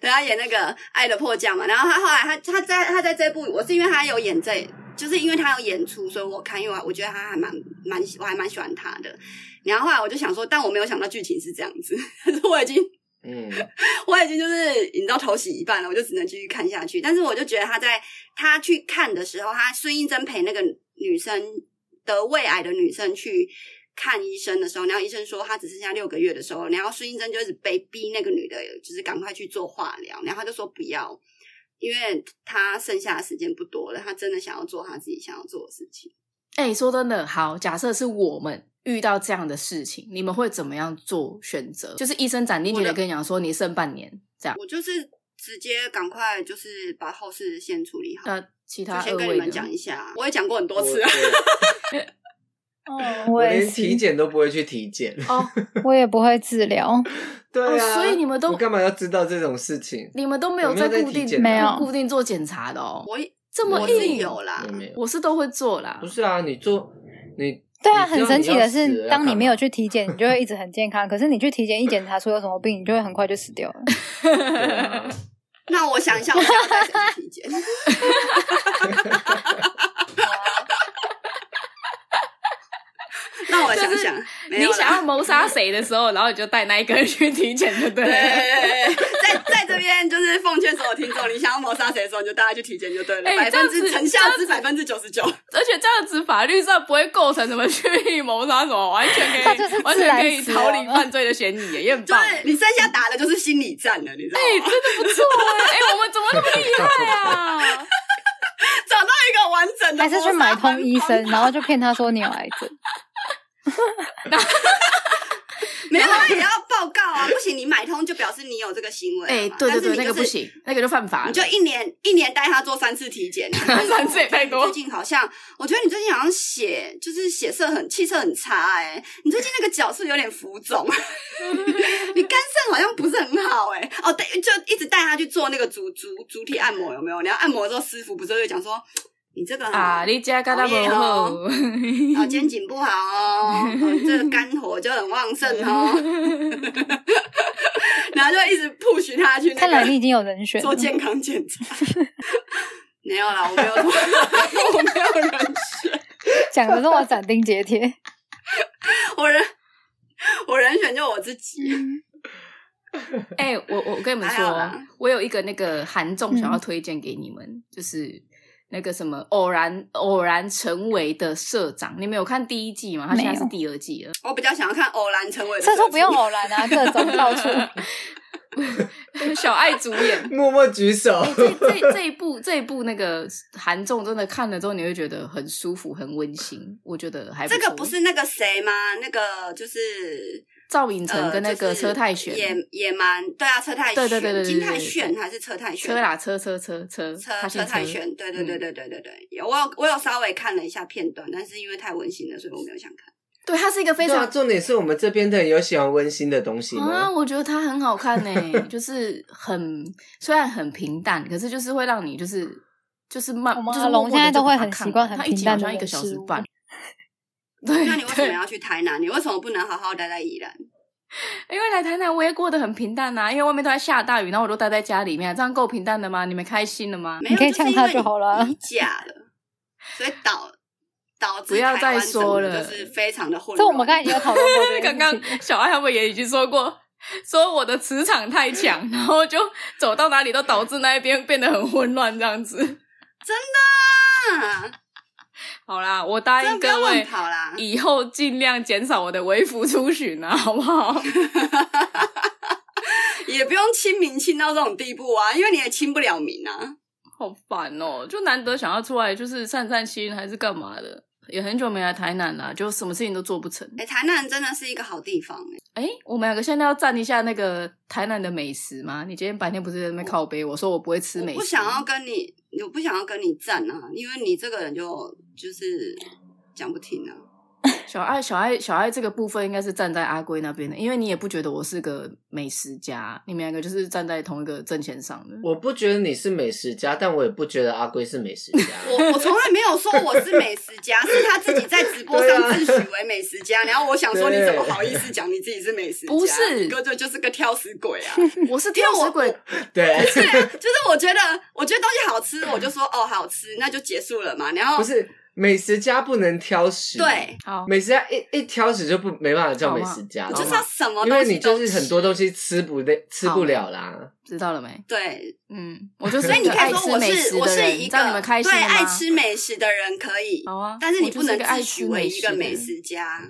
S4: 对，他演那个《爱的迫降》嘛，然后他后来他他在他在这部，我是因为他有演这，就是因为他有演出，所以我看，因为我我觉得他还蛮蛮我还蛮喜欢他的。然后后来我就想说，但我没有想到剧情是这样子， (laughs) 可是我已经
S3: 嗯，
S4: 我已经就是你知道头洗一半了，我就只能继续看下去。但是我就觉得他在他去看的时候，他孙艺珍陪那个女生得胃癌的女生去看医生的时候，然后医生说她只剩下六个月的时候，然后孙艺珍就是被逼那个女的，就是赶快去做化疗，然后他就说不要，因为她剩下的时间不多了，她真的想要做她自己想要做的事情。
S1: 哎、说真的，好，假设是我们遇到这样的事情，你们会怎么样做选择？就是医生斩钉截
S4: 我
S1: 铁
S4: 的
S1: 跟你讲说，你剩半年这样。
S4: 我就是直接赶快就是把后事先处理好。
S1: 那其他
S4: 就
S1: 二
S4: 先跟你
S1: 位
S4: 们
S1: 呢
S4: 讲一下，我也讲过很多
S3: 我
S4: (laughs) 次了。
S2: 哦，
S1: 嗯
S3: 我
S2: 我
S3: 我
S2: 也
S3: 连
S2: 是，
S3: 体检都不会去体
S4: (laughs)
S3: 检，
S1: 哦，
S2: 我也不会治疗，
S3: 对啊，
S1: 哦所以你们都
S3: 我干嘛要知道这种事情？
S1: 你们都没
S3: 我
S1: 有
S3: 没有在
S1: 固
S3: 体
S1: 定
S3: 检啊
S2: 没有
S1: 固定做检查的哦。
S4: 我也
S1: 这么
S4: 我是
S1: 硬
S4: 有啦
S3: 也，没有，
S1: 我是都会做啦
S3: 不。是啊，你做
S4: (laughs)
S3: 你
S2: 对啊，
S3: 你知
S2: 很
S3: 道
S2: 神奇
S3: 你要
S2: 的
S3: 死了
S2: 是，
S3: 要
S2: 当你
S3: 干
S2: 没有
S3: 嘛
S2: 去体检，你就会一直很健康。可是你去体检一检查出有什么病，你就会很快就死掉了。
S3: 对啊
S4: (laughs) 那我想一下，我现在在想体检，那我想想，没
S1: 你
S4: 有啦
S1: 想要谋杀谁的时候，然后你就带那一个人去体检，对不对
S4: 对
S1: 了？
S4: 对对对在在这边就是奉劝所有听众，你想要谋杀谁的时候，你就大家去体检就对了，
S1: 哎
S4: 百
S1: 这样
S4: 分
S1: 子
S4: 之成效之百分之九
S1: (laughs)
S4: 十九。
S1: 而且这样子法律上不会构成什么蓄意谋杀什么，完全可
S2: 他
S1: 以
S2: 就是自然
S1: 完全可以
S2: 死
S1: 逃
S2: 亡
S1: 离犯罪的嫌疑耶，也很
S4: 就
S1: 棒。
S4: 是你剩下打的就是心理战了，你知道
S1: 哎、
S4: 吗？
S1: 真的不错哎、哎、我们怎么那么厉害啊？
S4: 找到一个完整的
S2: 还
S4: 谋杀
S2: 是
S4: 方法，
S2: 去买通医生，然后就骗他说你有癌症。
S1: (laughs)
S4: 没有啊，也要报告啊，不行，你买通就表示你有这个行为了嘛。
S1: (laughs) 哎、对对
S4: 但是
S1: 对，
S4: 你
S1: 那个
S4: 就是
S1: 不行，那个就犯法
S4: 你
S1: 了。
S4: 就一年一年带他做三次
S1: (laughs)
S4: 体检、啊，
S1: 三次也太多
S4: 最近好像，我觉得你最近好像血 (laughs) 就是血色很气色很差哎、你最近那个脚是不是有点浮肿，你你肝肾好像不是很好哎、哦，对，就一直带他去做那个足足足体按摩，有没有？你要按摩的时候，师傅不是会讲说你这个
S1: 啊，你家嘎达不好
S4: 熬，
S1: (laughs)
S4: 哦，肩颈不好哦，哦这个肝火就很旺盛哦， (laughs) 然后就一直 push 他去那
S2: 看来你
S4: 个
S2: 已经有人选了
S4: 做。健康检查。 (laughs) 没有啦，我没有，我没有人选，
S2: (laughs) 讲的那么斩钉截铁，
S4: (laughs) 我人我人选就我自己。
S1: 嗯 (laughs) 哎、我我跟你们
S4: 还好啦嗯
S1: 说，我有一个那个韩综想要推荐给你们，就是那个什么偶然偶然成为的社长，你们有看第一季吗？他现在
S2: 没
S1: 是
S2: 有
S1: 第二季了。
S4: 我比较想要看偶然成为的
S2: 所以说不用
S4: 社
S2: 偶然啊，各种
S1: (laughs)
S2: 到处。
S4: (laughs)
S1: 小爱主演，
S3: 默默举手 (laughs)
S1: 欸、。 (laughs) 这这这一部这一部那个韩综真的看了之后，你会觉得很舒服、很温馨，我觉得还
S4: 畜。这
S1: 错
S4: 个不是那个谁吗？那个就是
S1: 赵寅成
S4: 呃，
S1: 跟那
S4: 就
S1: 个
S4: 是
S1: 车太铉、
S4: 野野蛮，对啊，车太铉，
S1: 对对对对对
S4: 金泰
S1: 对
S4: 炫还是车太铉？
S1: 车啦车车车车嗯
S4: 车
S1: 他姓
S4: 车太铉，对对对对对对对，有我有我有稍微看了一下片段，但是因为太温馨了，所以我没有想
S1: (laughs)
S4: 看。
S1: 对他是一个非
S3: 对啊，
S1: 常
S3: 重点是我们这边的人有喜欢温馨的东西
S1: 啊，
S3: 吗？
S1: 我觉得它很好看呢、
S4: (laughs)
S1: 就是很虽然很平淡，可是就是会让你就是就是慢，
S2: 我们
S1: 就是
S2: 阿
S1: 默
S2: 龙
S1: 默地
S2: 现在都
S1: 就把
S2: 会
S1: 它
S2: 很
S1: 看
S2: 习惯
S1: 完
S2: 很
S1: 它一集
S2: 平淡
S1: 好
S2: 的
S1: 像一
S2: 人
S1: 个小
S2: 事
S1: 时
S2: 物
S1: 半。 (laughs) 对，
S4: 那你为什么
S1: 对
S4: 要去台南？你为什么不能好好待在宜兰？
S1: 因为来台南我也过得很平淡啊呐、因为外面都在下大雨，然后我都待在家里面，这样够平淡的吗？你们开心了吗？
S4: 啊没
S2: 你
S4: 有，
S2: 可以
S4: 就是
S2: 呛
S4: 因
S2: 他
S4: 为
S2: 就好了
S4: 你假了，所以导导致
S1: 不要
S4: 台湾
S1: 再说
S4: 整个
S1: 了
S4: 就是非常的混乱。
S2: 这我们刚才已经有讨论过这
S1: 对，
S2: 个
S1: 刚
S2: 问
S1: 刚
S2: 题。
S1: 小爱他们也已经说过， (laughs) 说我的磁场太强，然后就走到哪里都导致那一边变得很混乱这样子。
S4: 啊，
S1: (laughs) 好啦，我答
S4: 真的
S1: 应
S4: 不要
S1: 各位
S4: 乱，跑啊啦！
S1: 以后尽量减少我的微服出巡啊，好不好？ (laughs)
S4: 也不用亲民亲到这种地步啊，因为你也亲不了民啊。
S1: 好烦哦、就难得想要出来就是散散心还是干嘛的，也很久没来台南了，就什么事情都做不成。
S4: 哎、台南真的是一个好地方哎、
S1: 哎、我们两个现在要赞一下那个台南的美食吗？你今天白天不是在那边靠背，我说我不会吃美食，
S4: 我不想要跟你，我不想要跟你战啊，因为你这个人就就是讲不听啊。
S1: 小爱，小爱，小爱这个部分应该是站在阿龟那边的，因为你也不觉得我是个美食家，你们两个就是站在同一个阵线上
S4: (laughs)
S1: 的。
S3: 我不觉得你是美食家，但我也不觉得阿龟是美食家。
S4: (laughs) 我我从来没有说我是美食家，是他自己在直播
S2: 啊
S4: 上自诩为美食家。然后我想说，你怎么好意思讲你自己是美食家？
S1: 不是
S4: 你哥就就是个挑食鬼啊！
S1: 我是挑食鬼，
S3: 对，
S4: 对啊，就是我觉得，我觉得东西好吃，我就说哦好吃，那就结束了嘛。然后
S3: 不是美食家不能挑食。
S4: 对，，
S1: 好，
S3: 美食家一一挑食就不没办法叫美食家
S1: 啊好吗
S3: 了，
S4: 我就是要什么
S3: 因
S4: 东
S3: 为你
S4: 西
S3: 就
S4: 哦都
S3: 是很多东西吃不了吃不了啦。
S1: 知道了没？
S4: 对，
S1: 嗯，我就是
S4: 所以你
S1: 一个
S4: 可
S1: 爱
S4: 以说
S1: 吃
S4: 我
S1: 美
S4: 是
S1: 食
S4: 我
S1: 的
S4: 是
S1: 人，
S4: 一
S1: 这样
S4: 个
S1: 你们开心
S4: 对
S1: 了吗
S4: 爱吃美食的人可以，
S1: 好啊，
S4: 但是你
S1: 我就
S4: 不能
S1: 一个爱
S4: 自
S1: 吃
S4: 诩为
S1: 美
S4: 一个
S1: 食的
S4: 美
S1: 人。
S4: 食家。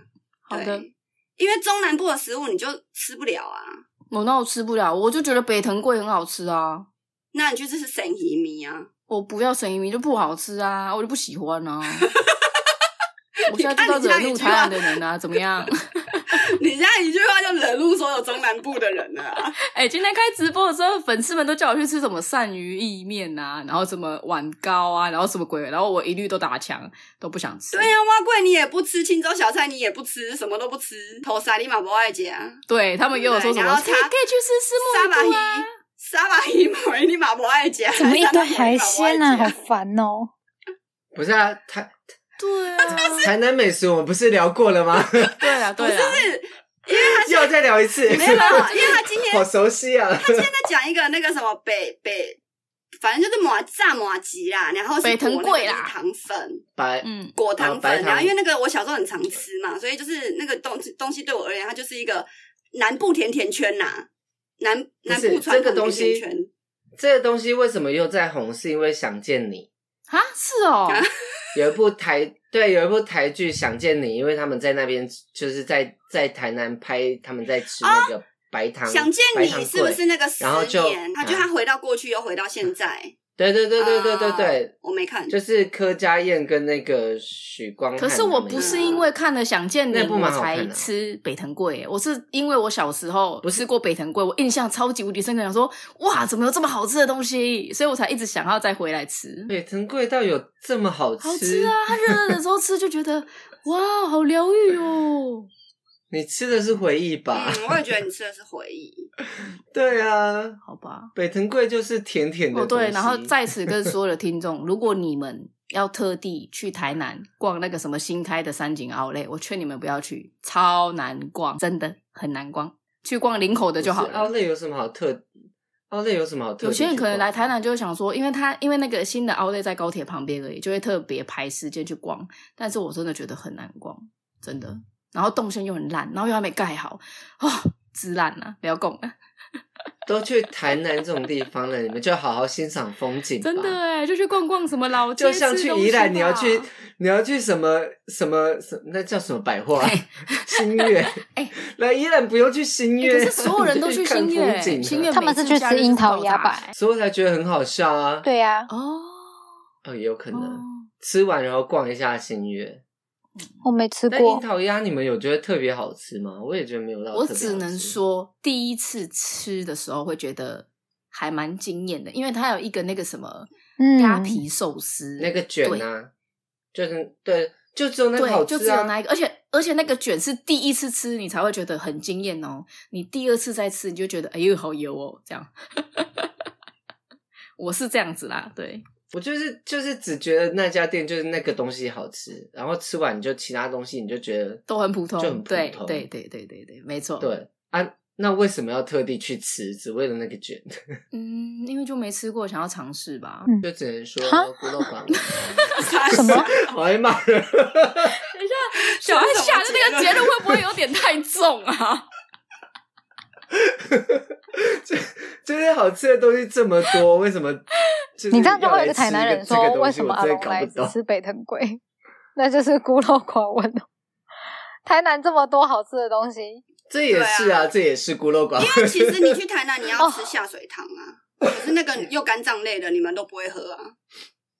S1: 好的，
S4: 对，因为中南部的食物你就吃不了啊，
S1: 我那我吃不了，我就觉得北藤贵很好吃啊，
S4: 那你就就是省移民啊。
S1: 我不要神移民就不好吃啊，我就不喜欢
S4: (laughs)
S1: 啊。我
S4: 你
S1: 现在
S4: 看
S1: 就到
S4: 你这
S1: 惹
S4: 样一
S1: 怒
S4: 句
S1: 台
S4: 话
S1: 湾的人啊，怎么样？
S4: 你这样一句话就惹怒所有中南部的人了、啊。 (laughs)
S1: 哎、今天开直播的时候，粉丝们都叫我去吃什么鳝鱼意面啊，然后什么碗糕啊，然后什么鬼，然后我一律都打枪，都不想吃。
S4: 对啊呀、蛙贵你也不吃，青州小菜你也不吃，什么都不吃，头沙利马不爱姐啊，
S1: 对他们也有说什
S4: 对然
S1: 么，
S4: 后
S1: 可以可
S4: 他
S1: 以去吃
S4: 沙巴
S1: 石木鱼
S4: 鱼
S1: 啊。，
S4: 沙巴鱼马维利马不爱姐，
S2: 怎么一堆
S4: 沙巴鱼
S2: 海鲜啊，
S4: 马不
S2: 好
S4: 爱姐
S2: 烦哦！
S3: 不是啊，台
S4: (laughs)
S3: 哦
S1: 对啊，
S3: 台南美食我们不是聊过了吗？
S1: 对啊，对啊，
S3: 又再聊一次，
S4: 没有，
S2: 啊
S4: 因为他今天
S3: (laughs) 好熟悉啊！
S4: (laughs) 他讲一个那个什么北北，反正就是麻炸麻吉啦，然后是
S1: 北藤
S4: 裹那个
S1: 贵啦
S4: 蜜糖粉、
S3: 白
S1: 嗯，
S4: 果糖
S3: 啊白
S4: 粉，
S3: 糖
S4: 然后因为那个我小时候很常吃嘛，所以就是那个东东西对我而言，它就是一个南部甜甜圈呐、南
S3: 不
S4: 南
S3: 是
S4: 部传
S3: 这个
S4: 统
S3: 东
S4: 甜甜
S3: 西
S4: 圈。，
S3: 这个东西为什么又在红？是因为《想见你
S1: 啊，是哦，
S3: 有一部台 (laughs) 对有一部台剧《想见你》，因为他们在那边就是在在台南拍，他们在吃那个白糖，
S4: 啊想见
S3: 白糖
S4: 你是不
S3: 粿
S4: 是那个十
S3: 然后就
S4: 年？他就他回到过去，又回到现在。
S3: 对对对对对对
S4: 啊
S3: 对，
S4: 我没看。
S3: 就是柯佳燕跟那个许光汉他
S1: 可
S3: 们。
S1: 是我不是因为看了《想见你
S3: 那》部
S1: 我
S3: 蛮好看的啊
S1: 才吃北藤贵，我是因为我小时候吃过北藤贵，我印象超级无敌深刻，想说哇，怎么有这么好吃的东西，所以我才一直想要再回来吃。
S3: 北藤贵到有这么好吃？
S1: 啊
S3: (laughs)
S1: 好吃啊！它热热的时候吃就觉得哇，好疗愈哦。
S3: 你吃的是回忆吧？
S4: 嗯，我也觉得你吃的是回 (laughs) 忆。
S3: (laughs) 对啊，
S1: 好吧？
S3: 北藤贵就是甜甜的
S1: 哦，对，
S3: 东西
S1: 然后在此跟所有的听众， (laughs) 如果你们要特地去台南逛那个什么新开的三井奥莱，我劝你们不要去，超难逛，真的很难逛，去逛林口的就好
S3: 不是奥
S1: 了。
S3: 莱有什么好特？奥莱有什么好特？
S1: 有些人可能来台，南就会想说，因为他因为那个新的奥莱在高铁旁边而已，就会特别排时间去逛。但是我真的觉得很难逛，真的。然后动线又很烂，然后又还没盖好，啊、哦，之烂了、不要逛了。
S3: 都去台南这种地方了，你们就好好欣赏风景吧。
S1: 真的哎，就去逛逛什么老街，
S3: 就像
S1: 吃
S3: 去
S1: 东西
S3: 宜兰，你要
S1: 吧哎
S3: 去你要去什么什么什那叫什么百货、啊？新月
S1: (laughs) 哎，
S3: 来宜兰不用去新
S1: 欸
S3: 月，
S1: 可是所有人都去新
S3: 看
S1: 月
S3: 风景，
S1: 新月
S2: 他们
S1: 每
S2: 是
S1: 次
S2: 去
S1: 假日
S2: 吃
S1: 都
S2: 樱桃
S1: 爆
S2: 鸭
S1: 炸
S2: 吧？
S3: 所以我才觉得很好笑啊。
S2: 对呀、
S1: 哦，
S3: 哦，也有可能、
S1: 哦
S3: 吃完然后逛一下新月。
S2: 我没吃
S3: 但樱
S2: 过，
S3: 桃鸭你们有觉得特别好吃吗？我也觉得没有到特别
S1: 我
S3: 好吃。
S1: 只能说第一次吃的时候会觉得还蛮惊艳的，因为它有一个那个什么
S2: 嗯，
S1: 鸭皮寿司，
S3: 那个卷
S1: 对
S3: 啊，就是对，就只有那个好
S1: 对，
S3: 吃啊。
S1: 就只有那一个，而且而且那个卷是第一次吃你才会觉得很惊艳哦，你第二次再吃你就觉得哎呦好油哦，这样。 (laughs) 我是这样子啦，对，
S3: 我就是就是只觉得那家店就是那个东西好吃，然后吃完你就其他东西你就觉得
S1: 都很普通，
S3: 就很普
S1: 对
S3: 通。
S1: 对对对对对，没错，
S3: 对啊，那为什么要特地去吃？只为了那个卷， (laughs)
S1: 嗯，因为就没吃过，想要尝试吧。
S2: 嗯
S3: 就只能说
S2: 哈
S3: 孤陋寡闻。 (laughs)
S4: (laughs)
S2: 什么？
S3: 好爱骂人，
S1: 等一下，小爱下的那个结论会不会有点太重啊？
S3: 就是好吃的东西这么多，为什么？就是
S2: 你这样就会
S3: 要
S2: 有
S3: 来
S2: 一个台南人
S3: 吃这个
S2: 说，
S3: 东
S2: 为
S3: 西
S2: 什么
S3: 我
S2: 阿
S3: 真的
S2: 龙
S3: 搞
S2: 来
S3: 不
S2: 只
S3: 懂？
S2: 吃北藤龟？ (laughs) 那就是孤陋寡闻哦。台南这么多好吃的东西，
S3: 这也是啊，这也是孤陋寡闻。 (laughs)
S4: 因为其实你去台南，你要吃下水汤啊，可是那个又肝脏类的，你们都不会喝
S1: (laughs)
S4: 啊。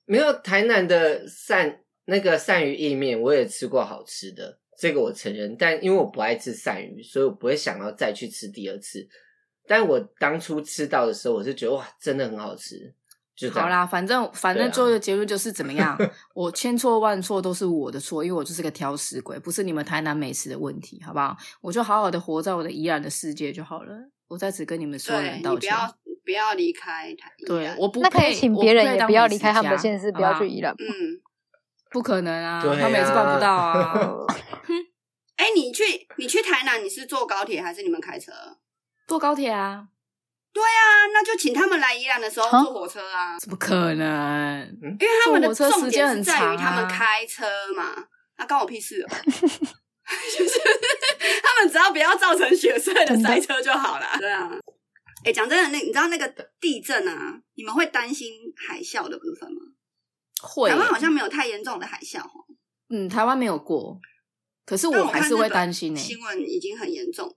S3: 没有台南的鳝那个鳝鱼意面，我也吃过好吃的，这个我承认。但因为我不爱吃鳝鱼，所以我不会想要再去吃第二次。但我当初吃到的时候，我是觉得哇，真的很好吃，就这样
S1: 好啦，反正反正
S3: 对啊
S1: 最后的结论就是怎么样，我千错万错都是我的错，因为我就是个挑食鬼，不是你们台南美食的问题，好不好？我就好好的活在我的宜兰的世界就好了。我在此跟你们所有
S4: 对
S1: 人
S4: 你
S1: 道
S4: 不
S1: 歉。
S4: 要不要离开台宜
S1: 对
S4: 兰，
S1: 我不
S2: 那可
S1: 配，
S2: 以请
S1: 我
S2: 别人
S1: 配
S2: 也
S1: 当
S2: 不要
S1: 美
S2: 离
S1: 食
S2: 开他们的
S1: 家
S2: 县市，
S1: 好
S2: 不要
S1: 好
S2: 去宜兰。
S4: 嗯，
S1: 不可能啊，
S3: 对啊
S1: 他们也是办不到啊。
S4: 哎，你去你去台南，你是坐高铁还是你们开车？啊，
S1: 坐高铁啊？
S4: 那就请他们来宜兰的时候
S2: 啊
S4: 坐火车啊，
S1: 怎么可能？ (laughs)
S4: 因为他们的
S1: 坐火车
S4: 重
S1: 时间
S4: 点
S1: 很
S4: 是在于
S1: 长
S4: 他们
S1: 啊
S4: 开车嘛，那关我屁事哦。 (laughs) 就是他们只要不要造成雪隧的塞车就
S1: (laughs)
S4: 好了。对啊，哎，讲真的，那你知道那个地震啊，你们会担心海啸的部分吗？
S1: 会
S4: 台湾好像没有太严重的海啸哦，
S1: 嗯，台湾没有过，可是
S4: 但
S1: 我
S4: 我
S1: 还
S4: 看
S1: 是
S4: 日
S1: 会
S4: 本
S1: 担心欸呢、
S4: 新闻已经很严重了。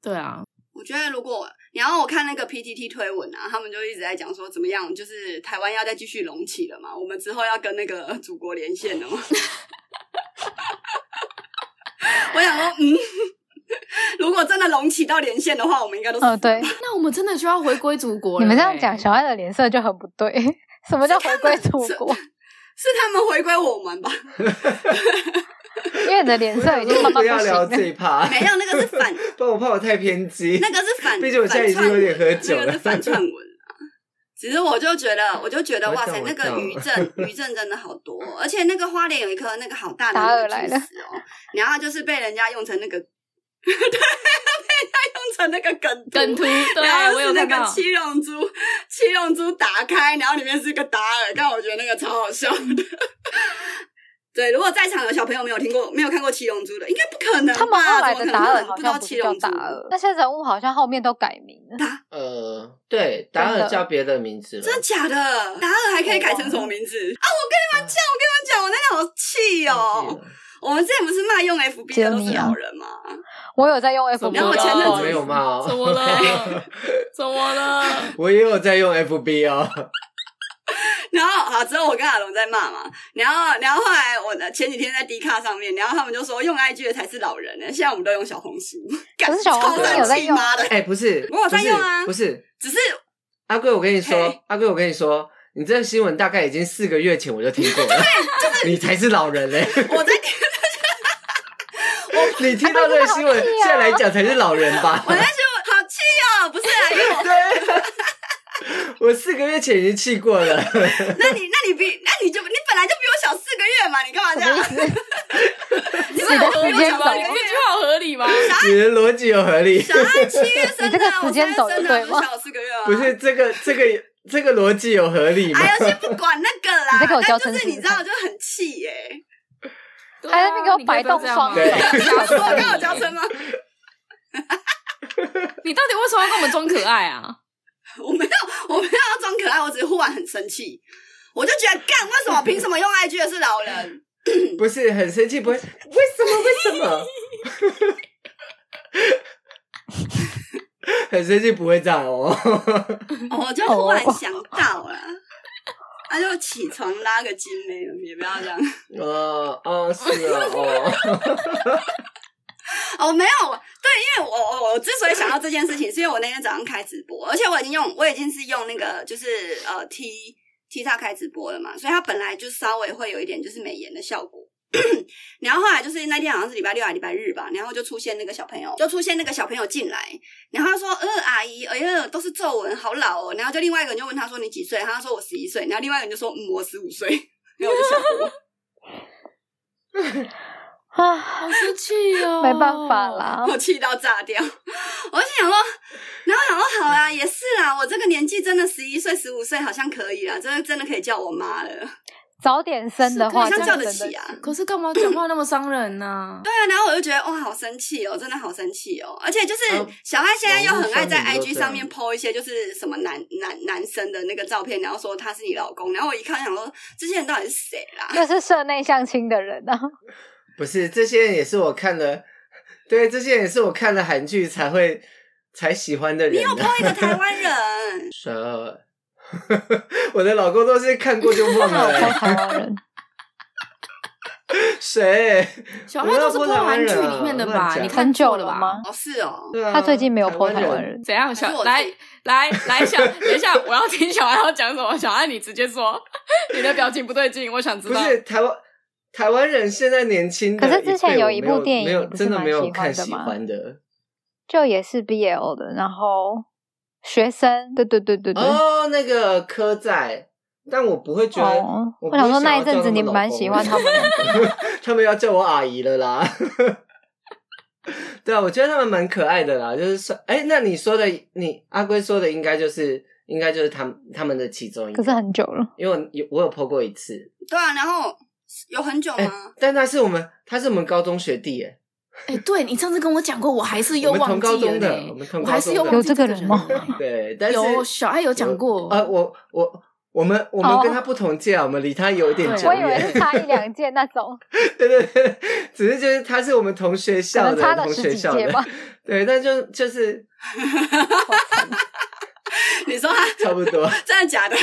S1: 对啊，
S4: 我觉得如果你要我看那个 PTT 推文啊，他们就一直在讲说怎么样，就是台湾要再继续隆起了嘛，我们之后要跟那个祖国连线了嘛。 (laughs) 我想说，嗯， (laughs) 如果真的隆起到连线的话，我们应该都是
S2: 嗯，对，
S1: 那我们真的就要回归祖国了、
S2: 你们这样讲，
S1: 欸
S2: 小爱的脸色就很不对。什么叫回归祖
S4: 是
S2: 国？
S4: (laughs) 是他们回归我们吧？
S2: 因为你的脸色已经慢
S3: 不
S2: 慢
S3: 要
S2: 行
S3: 聊
S2: 了。
S3: 这一趴，
S4: (laughs) 没有，那个是反，
S3: (laughs) 不然我怕我太偏 (laughs) 激。
S4: 那个是反，
S3: 毕竟我现在已经有点喝酒
S4: 那
S3: 了
S4: 个是反串
S3: (laughs)
S4: 文啊。只是我就觉得，我就觉得
S3: 我懂
S4: 哇塞，
S3: 我
S4: 那
S3: 懂
S4: 个余震，
S3: (laughs)
S4: 余震真的好多哦，而且那个花莲有一棵那个好大的
S2: 达尔
S4: 那
S2: 来
S4: 个
S2: 了
S4: 巨石哦，然后就是被人家用成那个，对， (laughs) 被人家用成那个梗
S1: 梗图，
S2: 啊
S1: 对
S4: 然 (laughs) 后
S1: 我
S4: 是
S1: 有
S4: 那
S1: 看
S4: 个
S1: 到，
S4: 七龙珠，七龙珠打开，然后里面是一个达尔，但我觉得那个超好笑的。 (laughs) 对，如果在场有小朋友没有听过、没有看过七龙珠的，应该不可能吧？
S2: 他们后来的
S4: 怎么可能
S2: 达尔
S4: 会
S2: 好
S4: 不知道
S2: 像不
S4: 七
S2: 是叫
S4: 龙珠
S2: 达尔，那些人物好像后面都改名了。
S3: 呃，对，达尔叫别的名字了，
S4: 真假的？达尔还可以改成什么名字
S2: 哦
S4: 啊？我跟你们讲，我跟你们讲，我那天好
S3: 忘记
S4: 气哦！
S3: 了
S4: 我们之前不是骂用 FB 的都
S2: 杰
S4: 是
S2: 米啊
S4: 老人吗？
S2: 我有在用
S1: 怎
S2: F，
S1: 么
S4: 然后我前阵
S3: (laughs)
S4: 子
S1: 了
S3: 没有骂哦
S1: 怎么
S2: (laughs)
S1: 了？怎么了？
S3: 我也有在用 FB 哦，
S4: 然后好，之后我跟阿龙在骂嘛，然后然后后来我的前几天在 D 卡上面，然后他们就说用 IG 的才是老人呢，现在我们都用小红书， (laughs) 干
S2: 可是小红
S4: 超
S2: 书
S4: 生
S2: 有在
S4: 气
S2: 用
S4: 妈的，
S3: (laughs) 哎，不是，
S4: 我有在
S3: 不是
S4: 用啊
S3: 不是，
S4: 只是
S3: 阿贵，我跟你说
S4: 嘿，
S3: 阿贵，我跟你说，你这个新闻大概已经四个月 (laughs)
S2: (laughs)
S3: 前我就听过了，你才是老人嘞、
S4: 我在我
S3: 你听到这个新闻，现在来讲才是老人 (laughs) 吧？
S4: 我那时候好气哦，不是啊，因为我
S3: 对， (laughs) 我四个月前已经气过了，
S4: 那你那你比那你就你本来就比我小四个月嘛，你干嘛这样？
S1: 这个合理吗？你这
S4: 你本来就比我小四个月
S1: 句。话合理吗？
S3: 你的逻辑有合理，
S4: 小爱七月生
S2: 你这
S4: 的
S2: 个
S4: 啊，我
S2: 时间
S4: 三
S2: 走
S4: 月
S2: 得
S4: 生
S2: 对
S4: 的，
S2: 吗
S4: 不是小四个月啊。
S3: 不是这个这个这个逻辑有合理吗？
S4: (laughs) 哎
S2: (laughs)
S4: 呀，先不管那个啦，
S2: 你在给我
S4: 但
S2: 教
S4: 就
S2: 程
S4: 是
S2: 式
S4: 你知道，就很气耶、 (laughs)
S1: 对
S2: 还
S1: 啊
S2: 在那边给我
S1: 你
S2: 摆
S1: 可以不要
S2: 动
S1: 这样
S2: 双
S1: 吗
S2: 手
S1: 夹
S4: 我刚好
S1: 生
S4: 教
S1: 你
S4: 程吗？ (laughs)
S1: 你到底为什么要跟我们装可爱啊？
S4: 我没有，我没有要装可爱，我只是忽然很生气，我就觉得干，为什么凭什么用 IG 的是老
S2: (laughs)
S4: 人？
S3: 不是很生气，不会？为什么？为什么？ (laughs) 很生气不会这样哦， (laughs)
S4: 我就忽然
S2: 哦
S4: 想到了，那、就起床拉个筋呗，也不要这样。
S3: 哦哦是哦哦，
S4: (laughs) 哦，没有，对，因为我我我之所以想到这件事情，是因为我那天早上开直播，而且我已经用我已经是用那个就是呃 T T 叉开直播了嘛，所以它本来就稍微会有一点就是美颜的效果。 (clears throat) 然后后来就是那天好像是礼拜六还是礼拜日吧，然后就出现那个小朋友，就出现那个小朋友进来，然后他说：“呃，阿姨，哎呀，都是皱纹，好老哦。”然后就另外一个人就问他说：“你几岁？”他说：“我十一岁。”然后另外一个人就说：“嗯，我十五岁。” (laughs) 然后我就想，
S2: 啊，
S1: 好生气哦，
S2: 没办法。
S3: 哦
S2: 啦，
S4: (laughs) 我气到炸掉。我就想说，然后想说，好
S3: 嗯
S4: 啦，也是啦，我这个年纪真的十一岁、十五岁好像可以啦，啊真的真的可以叫我妈了。对
S2: 早点生的话，
S4: 是可以
S2: 真
S4: 像叫
S2: 的
S4: 得
S2: 真
S4: 起
S2: 的
S4: 啊
S2: 是
S1: 可是干嘛讲话那么伤人呢、
S4: 啊，然后我就觉得哇，好生气哦，真的好生气哦。而且就是
S3: 嗯
S4: 小爱现在又很爱在
S3: 网络上很多
S4: IG
S3: 这样
S4: 上面 po 一些就是什么男男男生的那个照片，然后说他是你老公，然后我一看想说，这些人到底是谁啊
S2: (laughs)
S4: 啦？
S2: 又是社内相亲的人啊，
S3: 不是这些人也是我看了，对，这些人也是我看了韩剧才会才喜欢的人、啊。
S4: 你有 po 一个台湾人， (laughs)
S3: 蛇， (laughs) 我的老公都是看过就忘
S2: 那我 (laughs)
S3: 了。欸
S2: 台湾人，
S3: 谁？
S1: 小孩都是
S3: 我
S1: 破
S3: 要播
S1: 韩剧
S3: 台湾人啊
S1: 里面的
S3: 乱
S1: 吧？
S3: 讲
S1: 你看
S2: 很久
S1: 错了
S2: 了
S1: 吧？
S2: 吗？
S4: 哦是哦，
S3: 对啊
S2: 他最近没有
S3: 台
S2: 剖台湾
S3: 湾。
S2: 人，
S1: 怎样？
S4: 还是
S1: 小
S4: 我
S1: 来
S4: 自己
S1: 来来， (laughs) 小等一下，我要听小爱要讲什么。小爱，你直接说， (laughs) 你的表情不对劲，我想知
S3: 不
S1: 道。
S3: 是台湾，台湾人现在年轻的
S2: 可
S3: 辈，
S2: 是之前有一部
S3: 我没
S2: 电影
S3: 没有
S2: 你不是
S3: 真的
S2: 蛮
S3: 没有
S2: 喜欢
S3: 看
S2: 的
S3: 喜
S2: 吗
S3: 欢的。
S2: 就也是 BL 的，然后学生，对对对对对，
S3: 哦，那个科仔，但我不会觉得。
S2: 哦
S3: 我不
S2: 我想
S3: 会
S2: 说那
S3: 要
S2: 一阵
S3: 叫
S2: 子你
S3: 们老
S2: 蛮
S3: 公
S2: 喜欢
S3: 的
S2: 他们两
S3: (laughs) 他们要叫我阿姨了啦。 (laughs) 对啊，我觉得他们蛮可爱的啦，就是说，哎、那你说的，你阿龟说的应该就是，应该就是他们他们的其中一个。
S2: 可是很久了，
S3: 因为我有我有 PO 过一次，
S4: 对啊，然后有很久
S3: 哎、 (laughs)
S4: 吗？
S3: 但他是我们他是我们高中学弟耶，
S1: 哎、对你上次跟我讲过，我还是又
S3: 我们
S1: 忘
S3: 同高
S1: 记了
S3: 中的
S1: 呢，
S3: 我们同
S1: 我
S3: 高
S1: 还是
S3: 中
S1: 又
S3: 的
S1: 忘
S2: 有
S1: 记
S2: 这
S1: 这
S2: 个
S1: 个
S2: 人吗
S1: 人呢
S3: 对，但是
S1: 有小爱有讲过
S3: 啊、我我我们我们
S2: 哦
S3: 跟他不同届啊，我们离他有一点
S1: 对
S3: 久
S2: 我以为
S3: 远， (laughs)
S2: 是差一两届那种，
S3: 对对对，只是就是他是我们同学
S2: 可
S3: 校
S2: 能
S3: 的，
S2: 差了
S3: 同
S2: 十
S3: 学
S2: 几
S3: 校
S2: 届
S3: 的
S2: 吧，。
S3: (laughs) 对，但就就是哎
S4: 你说他
S3: 差不
S2: (laughs)
S3: 多，
S4: 真的假的？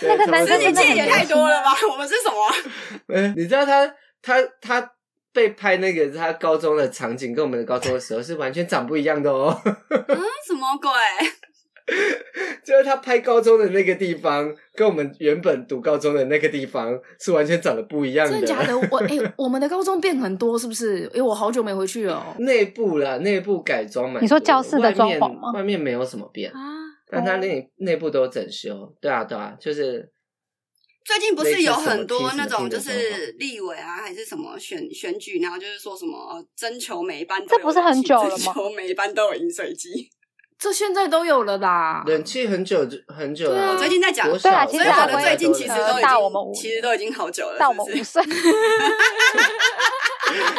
S3: 对
S2: 那个
S3: 差不多
S2: 男
S4: 十
S2: 生
S4: 几
S2: 真的
S4: 届
S2: 很
S4: 也
S2: 年
S4: 太
S2: 轻
S4: 多了 (laughs) 吧？我们是什么？
S3: (laughs) 嗯，你知道他他他被拍那个他高中的场景，跟我们的高中的时候是完全长不一样的哦。 (laughs)
S4: 什么鬼？
S3: 就是他拍高中的那个地方，跟我们原本读高中的那个地方是完全长得不一样
S1: 真的假的？我哎、我们的高中变很多，是不是？因为我好久没回去了哦、
S3: 内部啦，内部改装蛮多的。
S2: 你说教室的装
S3: 外
S2: 潢
S3: 面
S2: 吗
S3: 外面没有什么变，
S1: 啊。
S3: 但
S4: 哦
S3: 他内内部都有整修。对啊，对啊，就是
S4: 最近不是有很多那种
S3: 类
S4: 就
S3: 似什么听的
S4: 是立委啊，还是什么选选举，然后就是说什么呃征求每一班都有
S2: 这不是很久了吗
S4: 征求每一班都有饮水机。
S2: (laughs)
S1: 这现在都有了啦，
S3: 冷气很久就很久
S1: 对啊我
S3: 了。
S4: 啊最近在讲
S3: 国
S2: 对啊
S3: 小
S2: 其
S4: 所
S2: 实
S4: 以我
S2: 我
S4: 的
S2: 也
S4: 最近其实都已经
S2: 大我们五
S4: 其实都已经好久了，
S2: 到我们
S4: 是不
S2: 五
S4: 是？
S2: 岁，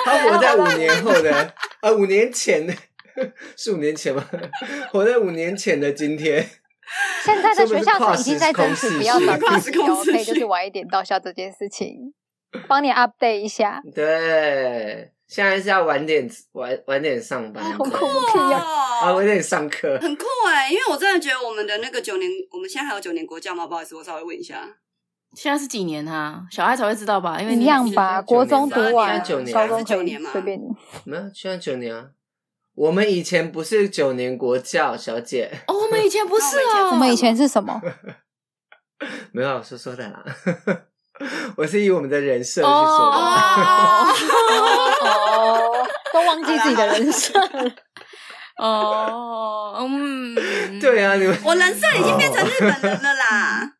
S3: 他活在五年后的呃五年前的，是五年前吗？活在五年前的今天，
S2: 现在的学校已经在争取不要
S3: 是
S2: 早
S4: 不
S2: 自
S4: 是
S2: 习
S4: 跨时空
S2: o
S4: 秩序
S2: 以就是晚一点到校这件事情，帮你 update 一下。
S3: 对，现在是要晚点晚晚点上班，
S2: 好酷
S4: 酷
S3: 啊，
S4: 哦
S3: 晚点上课。
S4: 很酷哎、因为我真的觉得我们的那个九年，我们现在还有九年国教吗？不好意思，我稍微问一下。
S1: 现在是几年啊？小爱才会知道吧？因为你
S2: 一样吧，
S3: 你是
S2: 国中
S3: 九
S2: 读
S3: 年吧
S2: 完，
S3: 现在九年
S2: 高中
S4: 是九年吗
S2: 随便你。
S3: 没有，现在九年啊。我们以前不是九年国教，小姐，
S1: 哦，我们以前不是
S4: 那
S1: 哦，
S2: 我们以前是什么？
S3: 没有我说说的啦。 (laughs)
S2: 哦
S4: 哦
S3: 我是以我们的人设去说的。
S1: 哦，
S2: (laughs) 哦，都都忘记自己的人设 (laughs)
S1: 啊
S2: 了。
S1: 哦，嗯，
S3: 对啊你们
S4: 我人设已经变成日本人了
S2: (laughs)
S4: 啦，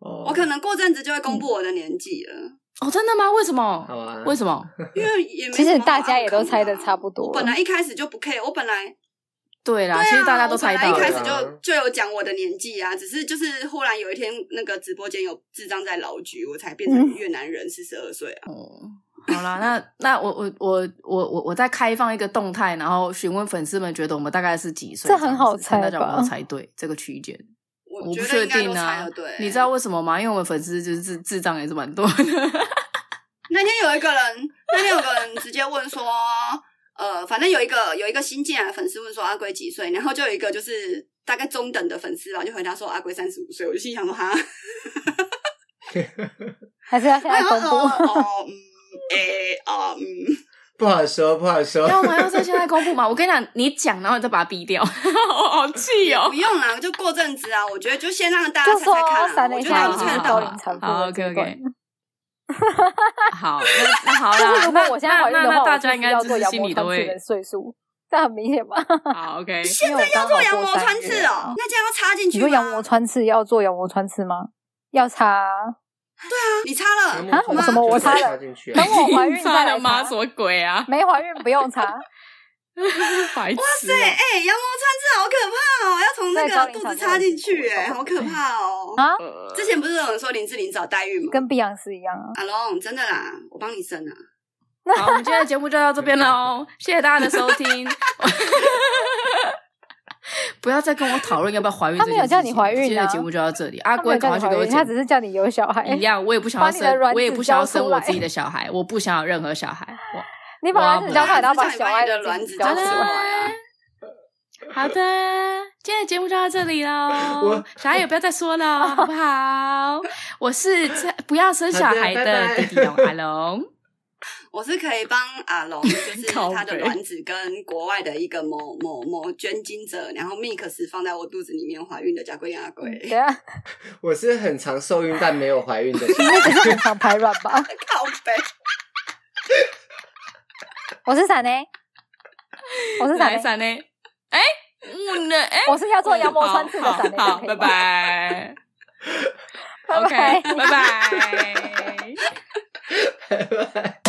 S3: 哦
S4: 我可能过阵子就会公布我的年纪了，
S1: 哦，真的吗？为什么？
S3: 好啊，
S1: 为什么？
S4: 因为也没
S2: 其
S4: 什
S2: 实
S4: 么
S2: 大
S4: 好
S2: 家也都
S4: 看的
S2: 猜的
S4: 啊
S2: 差不多
S4: 我
S2: 了。
S4: 本来一开始就不 care，我本来
S1: 对啦，
S4: (laughs) 对啊
S1: 其实大家都猜到
S4: 我本来一
S1: 了。啊
S4: 开始就就有讲我的年纪啊，只是就是忽然有一天那个直播间有智障在老局，我才变
S2: 嗯
S4: 成越南人四十二岁啊。
S1: 哦好啦，那那我我我我我我再开放一个动态，然后询问粉丝们觉得我们大概是几岁
S2: 这
S1: 样子？
S2: 很好猜
S1: 看大家有没有
S2: 吧
S1: 猜对这个区间？
S4: 我
S1: 不
S4: 觉得
S1: 确
S4: 应该都
S1: 定
S4: 猜
S1: 啊
S4: 了，对。
S1: 你知道为什么吗？因为我们粉丝就是智智障也是蛮多
S4: (laughs)
S1: 的。
S4: 那天有一个人，那天有个人直接问说，呃，反正有一个有一个新进来的粉丝问说阿龟几岁，然后就有一个就是大概中等的粉丝吧，就回答说阿龟三十五岁，我就心想说哈，
S2: 还是要现在
S4: 然后
S2: 公布？
S4: 呃哦嗯，诶哦嗯，
S3: 不好说，不好说。
S1: 那我们要在现在公布吗？我跟你讲，你讲，然后你再把它逼掉， (laughs) 好好气哦
S4: 不。用啦，就过阵子啊，我觉得就先让大家
S2: 就
S4: 猜
S2: 说哦
S4: 猜看、啊，
S2: 闪
S4: 我
S2: 雷
S4: 觉得大
S2: 下已
S4: 家都
S2: 经
S4: 猜
S2: 是
S4: 得
S2: 高
S4: 到
S2: 龄
S4: 了。
S2: 产妇
S1: 好
S2: 了
S1: ，OK
S2: 这一段
S1: OK。好，那那好
S2: 但是
S1: 啦，
S2: (laughs) 如果
S1: 那
S2: 我现在怀
S1: 那那
S2: 孕的话，
S1: 那
S2: 我
S1: 大
S2: 就
S1: 家应
S2: 是
S1: 该
S2: 要
S1: 就
S2: 做
S1: 是
S2: 羊
S1: 心
S2: 膜
S1: 里都
S2: 穿刺的
S1: 会
S2: 岁数，这很明显吧？ (laughs)
S1: 好 OK。
S2: 现在
S4: 要做羊膜穿刺哦，那这样要插进去
S2: 啊你
S4: 吗？
S2: 说羊膜穿刺要做羊膜穿刺啊吗？要擦？
S4: 你插了，
S2: 啊我
S4: 吗
S2: 什么我插了
S3: 进去啊
S2: 等我怀孕再
S1: 杀
S2: 来
S1: 了妈
S2: 擦
S1: 什。么鬼 (laughs) 啊？
S2: 没怀孕不
S1: (laughs)
S2: 用擦，
S1: 白痴哦！
S4: 对，哎、羊膜穿刺好可怕哦，要从那
S2: 对高
S4: 个
S2: 龄
S4: 肚
S2: 产
S4: 子
S2: 妇
S4: 插进去、
S2: 很
S4: 哎，
S2: 辛苦
S4: 好可怕哦。
S2: 啊
S1: 呃
S4: (laughs) 之前不是有人说林志玲早代孕吗？
S2: 跟碧昂斯一样啊。
S4: 阿龙，真的啦，我帮你生啊。
S1: 好，我们今天的节目就到这边喽，谢谢大家的收听。 (laughs) 不要再跟我讨论要不要怀孕这
S2: 他
S1: 件事
S2: 没
S1: 情。
S2: 有叫你怀孕啊
S1: 今天的节目就到这里。阿
S2: 他没
S1: 龟，
S2: 有
S1: 赶快
S2: 叫你
S1: 去
S2: 怀
S1: 给我
S2: 孕，
S1: 剪
S2: 他只是叫你有小孩。
S1: 一样，我也不想要
S2: 把你的
S1: 生
S2: 卵，子
S1: 我也不想要生我
S2: 交出来
S1: 自己的小孩，我不想要任何小孩。我
S2: 你把卵子交出来，然后把小爱
S4: 卵子
S2: 交
S4: 交
S1: 好
S2: 出
S1: 的
S4: 出
S2: 来。
S4: 来啊，
S1: 好的，今天的节目就到这里喽
S3: 我，
S1: 小孩也不要再说了，好不好？我是不要生小孩
S3: 好的
S1: 的
S3: 拜拜
S1: 弟弟龙阿龙，
S4: 我是可以帮阿
S2: (laughs)
S4: 龙，就是
S1: 靠北
S4: 他的卵子跟国外的一个某某某捐精者，然后 mix 放在我肚子里面怀孕的贾桂林阿贵。
S2: 等一下，
S3: 我是很常受孕但没有怀孕的小
S2: 那只是正常排卵
S1: (laughs)
S2: 吧？
S4: 靠北，
S2: 我是闪呢，我是闪
S1: 来
S2: 呢，
S1: 闪呢？哎，嗯呢？哎，
S2: 我是要做羊膜穿刺的闪欸呢。
S1: 好好
S2: 这样可以
S1: 拜
S2: 吗，
S1: 拜。OK，
S2: 拜拜。 (laughs)
S1: 拜拜。
S3: 孩。